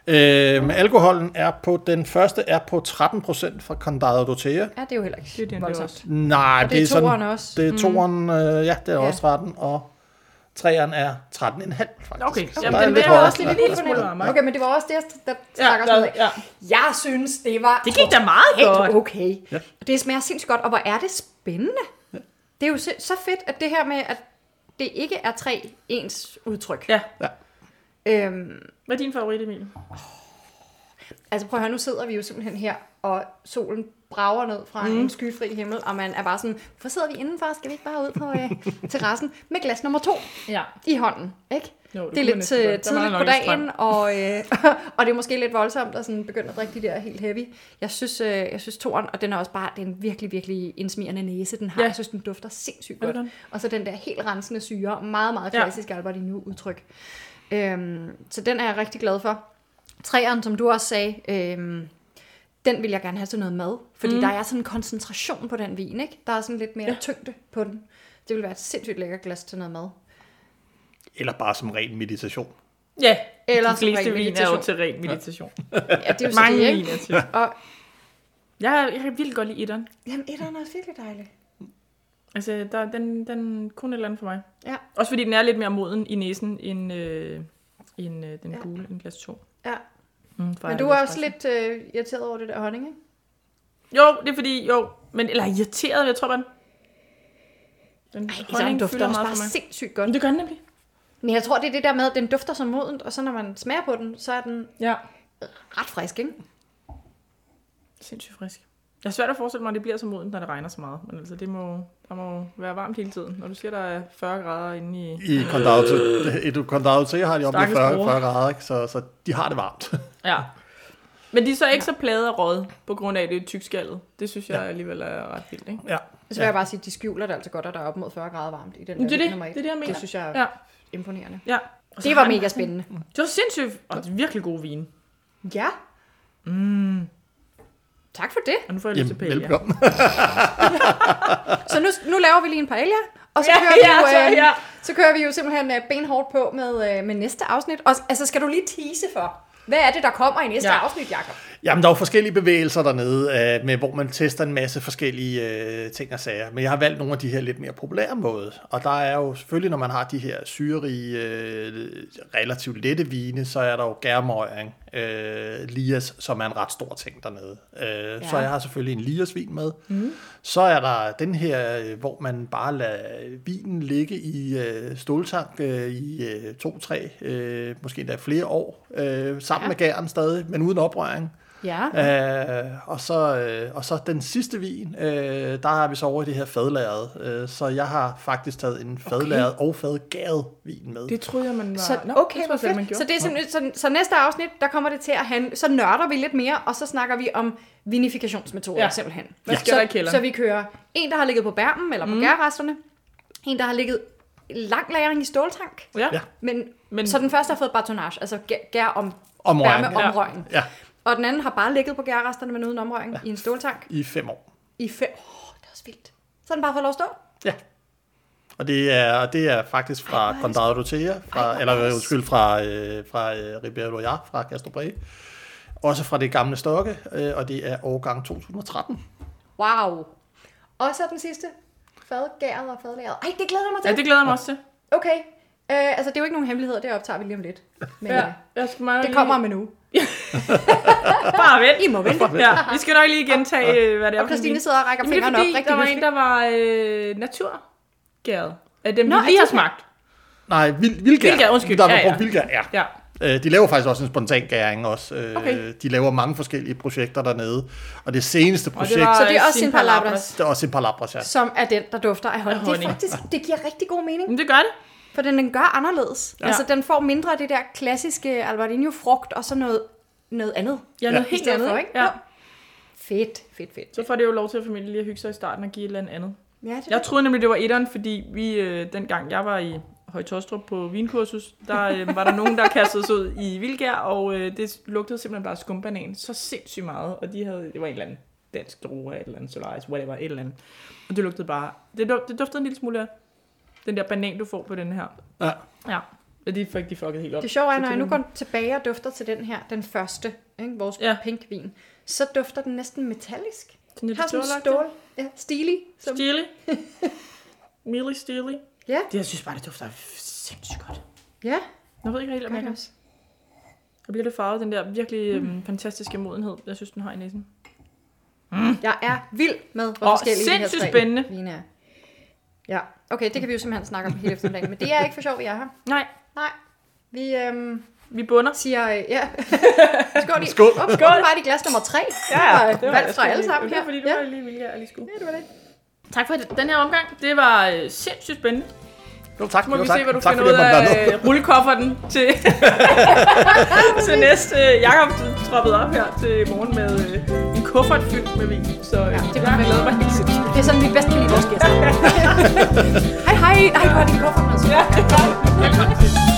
[SPEAKER 3] Øhm, alkoholen er på, den første er på 13% fra Condado Dotea.
[SPEAKER 2] Ja, det er jo heller ikke
[SPEAKER 1] Det er den, det er også.
[SPEAKER 3] Nej,
[SPEAKER 2] Og det er
[SPEAKER 3] sådan,
[SPEAKER 2] toeren også. Mm.
[SPEAKER 3] Det er toeren, øh, ja, det er
[SPEAKER 2] Ja.
[SPEAKER 3] ja. også 13, og treeren er 13,5 faktisk.
[SPEAKER 1] Okay,
[SPEAKER 3] Så
[SPEAKER 1] jamen,
[SPEAKER 3] der er
[SPEAKER 1] den
[SPEAKER 3] lidt
[SPEAKER 1] vil jeg
[SPEAKER 3] højere.
[SPEAKER 1] også lige-
[SPEAKER 3] Ja.
[SPEAKER 1] en lille smule varmere.
[SPEAKER 2] Okay, men det var også det, jeg st- der
[SPEAKER 1] Ja,
[SPEAKER 2] snakker
[SPEAKER 1] der,
[SPEAKER 2] sådan noget.
[SPEAKER 1] ja.
[SPEAKER 2] Jeg synes, det var
[SPEAKER 1] Det gik da meget godt.
[SPEAKER 2] helt okay.
[SPEAKER 3] Ja.
[SPEAKER 2] Det smager sindssygt godt, og hvor er det spændende. Det er jo si- så fedt, at det her med, at det ikke er tre ens udtryk.
[SPEAKER 1] Ja.
[SPEAKER 2] Øhm,
[SPEAKER 1] Hvad er din favorit, Emil?
[SPEAKER 2] Altså prøv at høre, nu sidder vi jo simpelthen her, og solen brager ned fra mm. en skyfri himmel, og man er bare sådan, hvorfor sidder vi indenfor? Skal vi ikke bare ud på øh, terrassen med glas nummer to
[SPEAKER 1] Ja.
[SPEAKER 2] i hånden? Ikke?
[SPEAKER 1] Jo,
[SPEAKER 2] Jo,
[SPEAKER 1] det
[SPEAKER 2] det er
[SPEAKER 1] kunne
[SPEAKER 2] lidt
[SPEAKER 1] næsten
[SPEAKER 2] øh,
[SPEAKER 1] godt. Der
[SPEAKER 2] tidligt
[SPEAKER 1] mangler
[SPEAKER 2] på
[SPEAKER 1] nok lidt
[SPEAKER 2] dagen, og, øh, og det er måske lidt voldsomt at sådan begynde at drikke de der helt heavy. Jeg synes, øh, jeg synes toren, og den er også bare, det er en virkelig, virkelig indsmirrende næse, den har. Ja.
[SPEAKER 1] Ja.
[SPEAKER 2] Jeg synes, den dufter sindssygt
[SPEAKER 1] Er det
[SPEAKER 2] godt. Og så den der helt rensende syre, meget, meget
[SPEAKER 1] Ja.
[SPEAKER 2] klassisk ja. Albertino udtryk. Øhm, så den er jeg rigtig glad for. Træeren, som du også sagde, øhm, den vil jeg gerne have til noget mad, fordi mm. der er sådan en koncentration på den vin, ikke? Der er sådan lidt mere ja. tyngde på den. Det vil være et sindssygt lækkert glas til noget mad.
[SPEAKER 3] Eller bare som ren meditation.
[SPEAKER 1] Ja,
[SPEAKER 2] Eller
[SPEAKER 1] de
[SPEAKER 2] som
[SPEAKER 1] fleste
[SPEAKER 2] ren
[SPEAKER 1] vin er jo
[SPEAKER 2] meditation.
[SPEAKER 1] til ren meditation.
[SPEAKER 2] Ja, det er jo så
[SPEAKER 1] Mange
[SPEAKER 2] det,
[SPEAKER 1] vin
[SPEAKER 2] ikke?
[SPEAKER 1] er til.
[SPEAKER 2] Og,
[SPEAKER 1] Jeg, jeg kan vildt godt lide etteren.
[SPEAKER 2] jamen, etteren er også virkelig dejlig.
[SPEAKER 1] Altså, der, er den, den kun et eller andet for mig.
[SPEAKER 2] Ja.
[SPEAKER 1] Også fordi den er lidt mere moden i næsen, end, øh, end øh, den
[SPEAKER 2] Ja.
[SPEAKER 1] ja. gule, end glas 2.
[SPEAKER 2] Ja.
[SPEAKER 1] Mm,
[SPEAKER 2] Men du er også lidt øh, irriteret over det der honning, ikke?
[SPEAKER 1] Jo, det er fordi, jo. Men, eller irriteret, jeg tror bare. Den
[SPEAKER 2] Ej,
[SPEAKER 1] honning fylder meget for mig.
[SPEAKER 2] sindssygt godt.
[SPEAKER 1] Men det gør den nemlig.
[SPEAKER 2] Men jeg tror, det er det der med, at den dufter så modent, og så når man smager på den, så er den
[SPEAKER 1] Ja.
[SPEAKER 2] ret frisk, ikke?
[SPEAKER 1] Sindssygt frisk. Jeg har svært at forestille mig, at det bliver så modent, når det regner så meget. Men altså, det må, der må være varmt hele tiden. Når du siger, der er 40 grader inde i...
[SPEAKER 3] I Condado Dotea- i Condado Dotea har de op med
[SPEAKER 1] Stakkels
[SPEAKER 3] 40,
[SPEAKER 1] bror.
[SPEAKER 3] 40 grader, ikke? Så, så de har det varmt.
[SPEAKER 1] Ja. Men de er så ikke så plaget af råd, på grund af at det er tykskaldet. Det synes jeg alligevel er ret vildt, ikke?
[SPEAKER 3] ja.
[SPEAKER 2] Så vil jeg bare sige, at de skjuler det altså godt, at der er op mod 40 grader varmt i den
[SPEAKER 1] Men
[SPEAKER 2] der
[SPEAKER 1] det er det.
[SPEAKER 2] nummer et.
[SPEAKER 1] Det er det, jeg mener.
[SPEAKER 2] Det synes jeg er
[SPEAKER 1] Ja.
[SPEAKER 2] imponerende.
[SPEAKER 1] Ja. Og så
[SPEAKER 2] Det
[SPEAKER 1] har
[SPEAKER 2] var
[SPEAKER 1] den-
[SPEAKER 2] mega spændende.
[SPEAKER 1] Det var sindssygt, og det er virkelig gode vine.
[SPEAKER 2] Ja. Mm. Tak for det.
[SPEAKER 1] Og nu får jeg lyst til pæl,
[SPEAKER 3] Jamen,
[SPEAKER 1] ja.
[SPEAKER 3] velkommen.
[SPEAKER 2] Så nu, nu laver vi lige en paella, og så,
[SPEAKER 1] Ja,
[SPEAKER 2] kører vi
[SPEAKER 1] ja,
[SPEAKER 2] jo,
[SPEAKER 1] så-
[SPEAKER 2] øh,
[SPEAKER 1] ja.
[SPEAKER 2] så kører vi jo simpelthen øh, benhårdt på med, øh, med næste afsnit. Og, altså, skal du lige tease for, hvad er det, der kommer i næste ja.
[SPEAKER 1] Ja.
[SPEAKER 2] afsnit, Jacob?
[SPEAKER 3] Jamen, der er jo forskellige bevægelser dernede, øh, med, hvor man tester en masse forskellige øh, ting og sager. Men jeg har valgt nogle af de her lidt mere populære måder. Og der er jo selvfølgelig, når man har de her syrerige, øh, relativt lette vine, så er der jo gærmøjring, øh, lias, som er en ret stor ting dernede. Øh,
[SPEAKER 2] Ja.
[SPEAKER 3] Så jeg har selvfølgelig en liasvin med. Mm. Så er der den her, øh, hvor man bare lader vinen ligge i øh, ståltank øh, i øh, to-tre, øh, måske endda flere år, øh, sammen
[SPEAKER 2] Ja.
[SPEAKER 3] ja. med gæren stadig, men uden oprøring.
[SPEAKER 2] Ja.
[SPEAKER 3] Øh, og, så, øh, og så den sidste vin, øh, der er vi så over i det her fadlærede. Øh, så jeg har faktisk taget en fadlæret okay. og fadgæret vin med.
[SPEAKER 1] Det troede jeg, man var...
[SPEAKER 2] Så,
[SPEAKER 1] Nå,
[SPEAKER 2] okay,
[SPEAKER 1] det
[SPEAKER 2] hvor
[SPEAKER 1] troede jeg, man
[SPEAKER 2] fedt.
[SPEAKER 1] gjorde.
[SPEAKER 2] Så, det er simpelthen, så, så næste afsnit, der kommer det til at handle, så nørder vi lidt mere, og så snakker vi om vinifikationsmetoder ja.
[SPEAKER 1] Ja.
[SPEAKER 2] simpelthen.
[SPEAKER 1] Hvad sker der i
[SPEAKER 2] så,
[SPEAKER 1] kælderen?
[SPEAKER 2] så vi kører en, der har ligget på bærmen eller på mm. gærresterne, en, der har ligget lang lagring i ståltank,
[SPEAKER 1] Ja.
[SPEAKER 3] Ja.
[SPEAKER 1] ja.
[SPEAKER 2] men, men
[SPEAKER 1] Men-
[SPEAKER 2] så den første har fået batonage, altså gær, gær om,
[SPEAKER 3] Om røgen,
[SPEAKER 2] bærme om
[SPEAKER 3] ja.
[SPEAKER 2] røgen.
[SPEAKER 3] Ja,
[SPEAKER 2] Og den anden har bare ligget på gærresterne, men uden omrøring ja. i en ståltank
[SPEAKER 3] i fem år.
[SPEAKER 2] i fem... Åh, oh, det er også vildt. Så har den bare fået lov at stå.
[SPEAKER 3] Ja. Og det er, det er faktisk fra Condado Dotea, fra,
[SPEAKER 2] hvor
[SPEAKER 3] eller
[SPEAKER 2] nice.
[SPEAKER 3] undskyld, fra, øh, fra øh, Ribeiro Loyar, fra Castro Brage. Også fra det gamle stokke, øh, og det er årgang 2013.
[SPEAKER 2] Wow. Og så den sidste. Fadgæret og fadlæret. Ej, det glæder jeg mig til.
[SPEAKER 1] Ja, det glæder jeg mig også til.
[SPEAKER 2] Okay. Øh, altså, det er jo ikke nogen hemmeligheder, det optager vi lige om lidt. Men ja.
[SPEAKER 1] Ja, jeg skal meget
[SPEAKER 2] det
[SPEAKER 1] lige-
[SPEAKER 2] kommer om en uge.
[SPEAKER 1] Bare vent.
[SPEAKER 2] I må vente.
[SPEAKER 1] Ja, vi skal nok lige gentage, øh, hvad det er for
[SPEAKER 2] Og
[SPEAKER 1] en
[SPEAKER 2] Christine
[SPEAKER 1] vin.
[SPEAKER 2] sidder og rækker
[SPEAKER 1] Jamen, det er
[SPEAKER 2] fingrene
[SPEAKER 1] fordi,
[SPEAKER 2] op rigtig
[SPEAKER 1] der var en,
[SPEAKER 2] høfligt.
[SPEAKER 1] der var øh, naturgæret. Af dem,
[SPEAKER 2] Nå,
[SPEAKER 1] Nå, vi lige har
[SPEAKER 2] naturgæret.
[SPEAKER 1] smagt.
[SPEAKER 3] Nej, vil, Vilgær.
[SPEAKER 1] Vildgær, undskyld.
[SPEAKER 3] Der var
[SPEAKER 1] Ja, ja.
[SPEAKER 3] brugt Vilgær, ja.
[SPEAKER 1] Ja.
[SPEAKER 3] Øh, De laver faktisk også en spontan gæring også. Øh,
[SPEAKER 1] Okay.
[SPEAKER 3] De laver mange forskellige projekter dernede. Og det seneste projekt, det,
[SPEAKER 1] var,
[SPEAKER 2] Så det er
[SPEAKER 1] øh,
[SPEAKER 2] også
[SPEAKER 1] Sin
[SPEAKER 2] sin palabras.
[SPEAKER 1] Palabras.
[SPEAKER 3] er også en palabras, ja.
[SPEAKER 2] Som er den, der dufter af honning. Det er
[SPEAKER 1] honning.
[SPEAKER 2] faktisk, det giver rigtig god mening,
[SPEAKER 1] Men det gør det.
[SPEAKER 2] for den, den gør anderledes. Ja.
[SPEAKER 1] Ja.
[SPEAKER 2] Altså, den får mindre af det der klassiske Alvardino-frugt, og så noget, noget andet.
[SPEAKER 1] Jeg er ja,
[SPEAKER 3] Ja.
[SPEAKER 1] noget
[SPEAKER 2] I
[SPEAKER 1] helt
[SPEAKER 2] stedet
[SPEAKER 1] andet.
[SPEAKER 2] for, ikke?
[SPEAKER 1] Ja.
[SPEAKER 2] Jo. Fedt, fedt, fedt.
[SPEAKER 1] Så får det jo lov til at familie lige at hygge sig i starten og give et eller andet andet.
[SPEAKER 2] Ja, det
[SPEAKER 1] Jeg troede nemlig, det var etteren, fordi vi, øh, dengang jeg var i Højtostrup på vinkursus, der øh, var der nogen, der kastede sig ud i Vilgær, og øh, det lugtede simpelthen bare af skumbanan så sindssygt meget, og de havde, det var en eller anden dansk droge, et eller andet solaris, whatever, et eller andet. Og det lugtede bare, det, du- det duftede en lille smule af den der banan, du får på den her.
[SPEAKER 3] Ja.
[SPEAKER 1] Ja, og de fik de fucket helt op.
[SPEAKER 2] Det sjove er,
[SPEAKER 1] Så
[SPEAKER 2] når jeg nu
[SPEAKER 1] den-
[SPEAKER 2] går tilbage og dufter til den her, den første, ikke, vores ja.
[SPEAKER 1] Ja.
[SPEAKER 2] pinkvin, så dufter den næsten metallisk.
[SPEAKER 1] Den er
[SPEAKER 2] Den har sådan en
[SPEAKER 1] stålagtig.
[SPEAKER 2] stål. Ja, stilig. Som,
[SPEAKER 1] Steely. Millie Steely.
[SPEAKER 2] ja,
[SPEAKER 1] Det, jeg synes bare, det dufter sindssygt godt.
[SPEAKER 2] ja.
[SPEAKER 1] Jeg ved ikke helt, om jeg
[SPEAKER 2] Gør det
[SPEAKER 1] kan
[SPEAKER 2] også.
[SPEAKER 1] Jeg bliver lidt farvet, den der virkelig øhm, fantastiske modenhed, jeg synes, den har i næsen.
[SPEAKER 2] Jeg er vild med, hvor
[SPEAKER 1] Åh,
[SPEAKER 2] forskellige de her
[SPEAKER 1] sindssygt
[SPEAKER 2] tre
[SPEAKER 1] spændende.
[SPEAKER 2] vine er. Ja, okay, det kan vi jo simpelthen snakke om hele eftermiddagen, men det er ikke for sjovt, vi er her.
[SPEAKER 1] Nej,
[SPEAKER 2] Nej, vi øhm,
[SPEAKER 1] vi bunder.
[SPEAKER 2] siger, øh, ja, skål i,
[SPEAKER 3] Skål.
[SPEAKER 2] Op, skål. bare i glas nummer tre. det var valgt fra alle sammen
[SPEAKER 1] Det
[SPEAKER 2] her.
[SPEAKER 1] var fordi, du
[SPEAKER 2] ja.
[SPEAKER 1] var lige vildt, jeg lige skulle.
[SPEAKER 2] ja, det var det.
[SPEAKER 1] Tak for den her omgang. Det var øh, sindssygt spændende.
[SPEAKER 3] Jo, tak.
[SPEAKER 1] Så må
[SPEAKER 3] jo,
[SPEAKER 1] vi
[SPEAKER 3] tak.
[SPEAKER 1] se, hvad du
[SPEAKER 3] tak,
[SPEAKER 1] finder
[SPEAKER 3] fordi
[SPEAKER 1] ud
[SPEAKER 3] jeg måtte være med.
[SPEAKER 1] af øh, rullekofferten til, til næste. Øh, Jakob troppede op her til morgen med øh, en kuffert fyldt med vin. Så øh, ja, det
[SPEAKER 2] det
[SPEAKER 1] var
[SPEAKER 2] var
[SPEAKER 1] jeg glæder mig helt sindssygt.
[SPEAKER 2] Det er sådan, vi bedst kan lide vores gæster. hej, hej, hej, hvor er din kuffert, Mads?
[SPEAKER 1] Ja, det var det.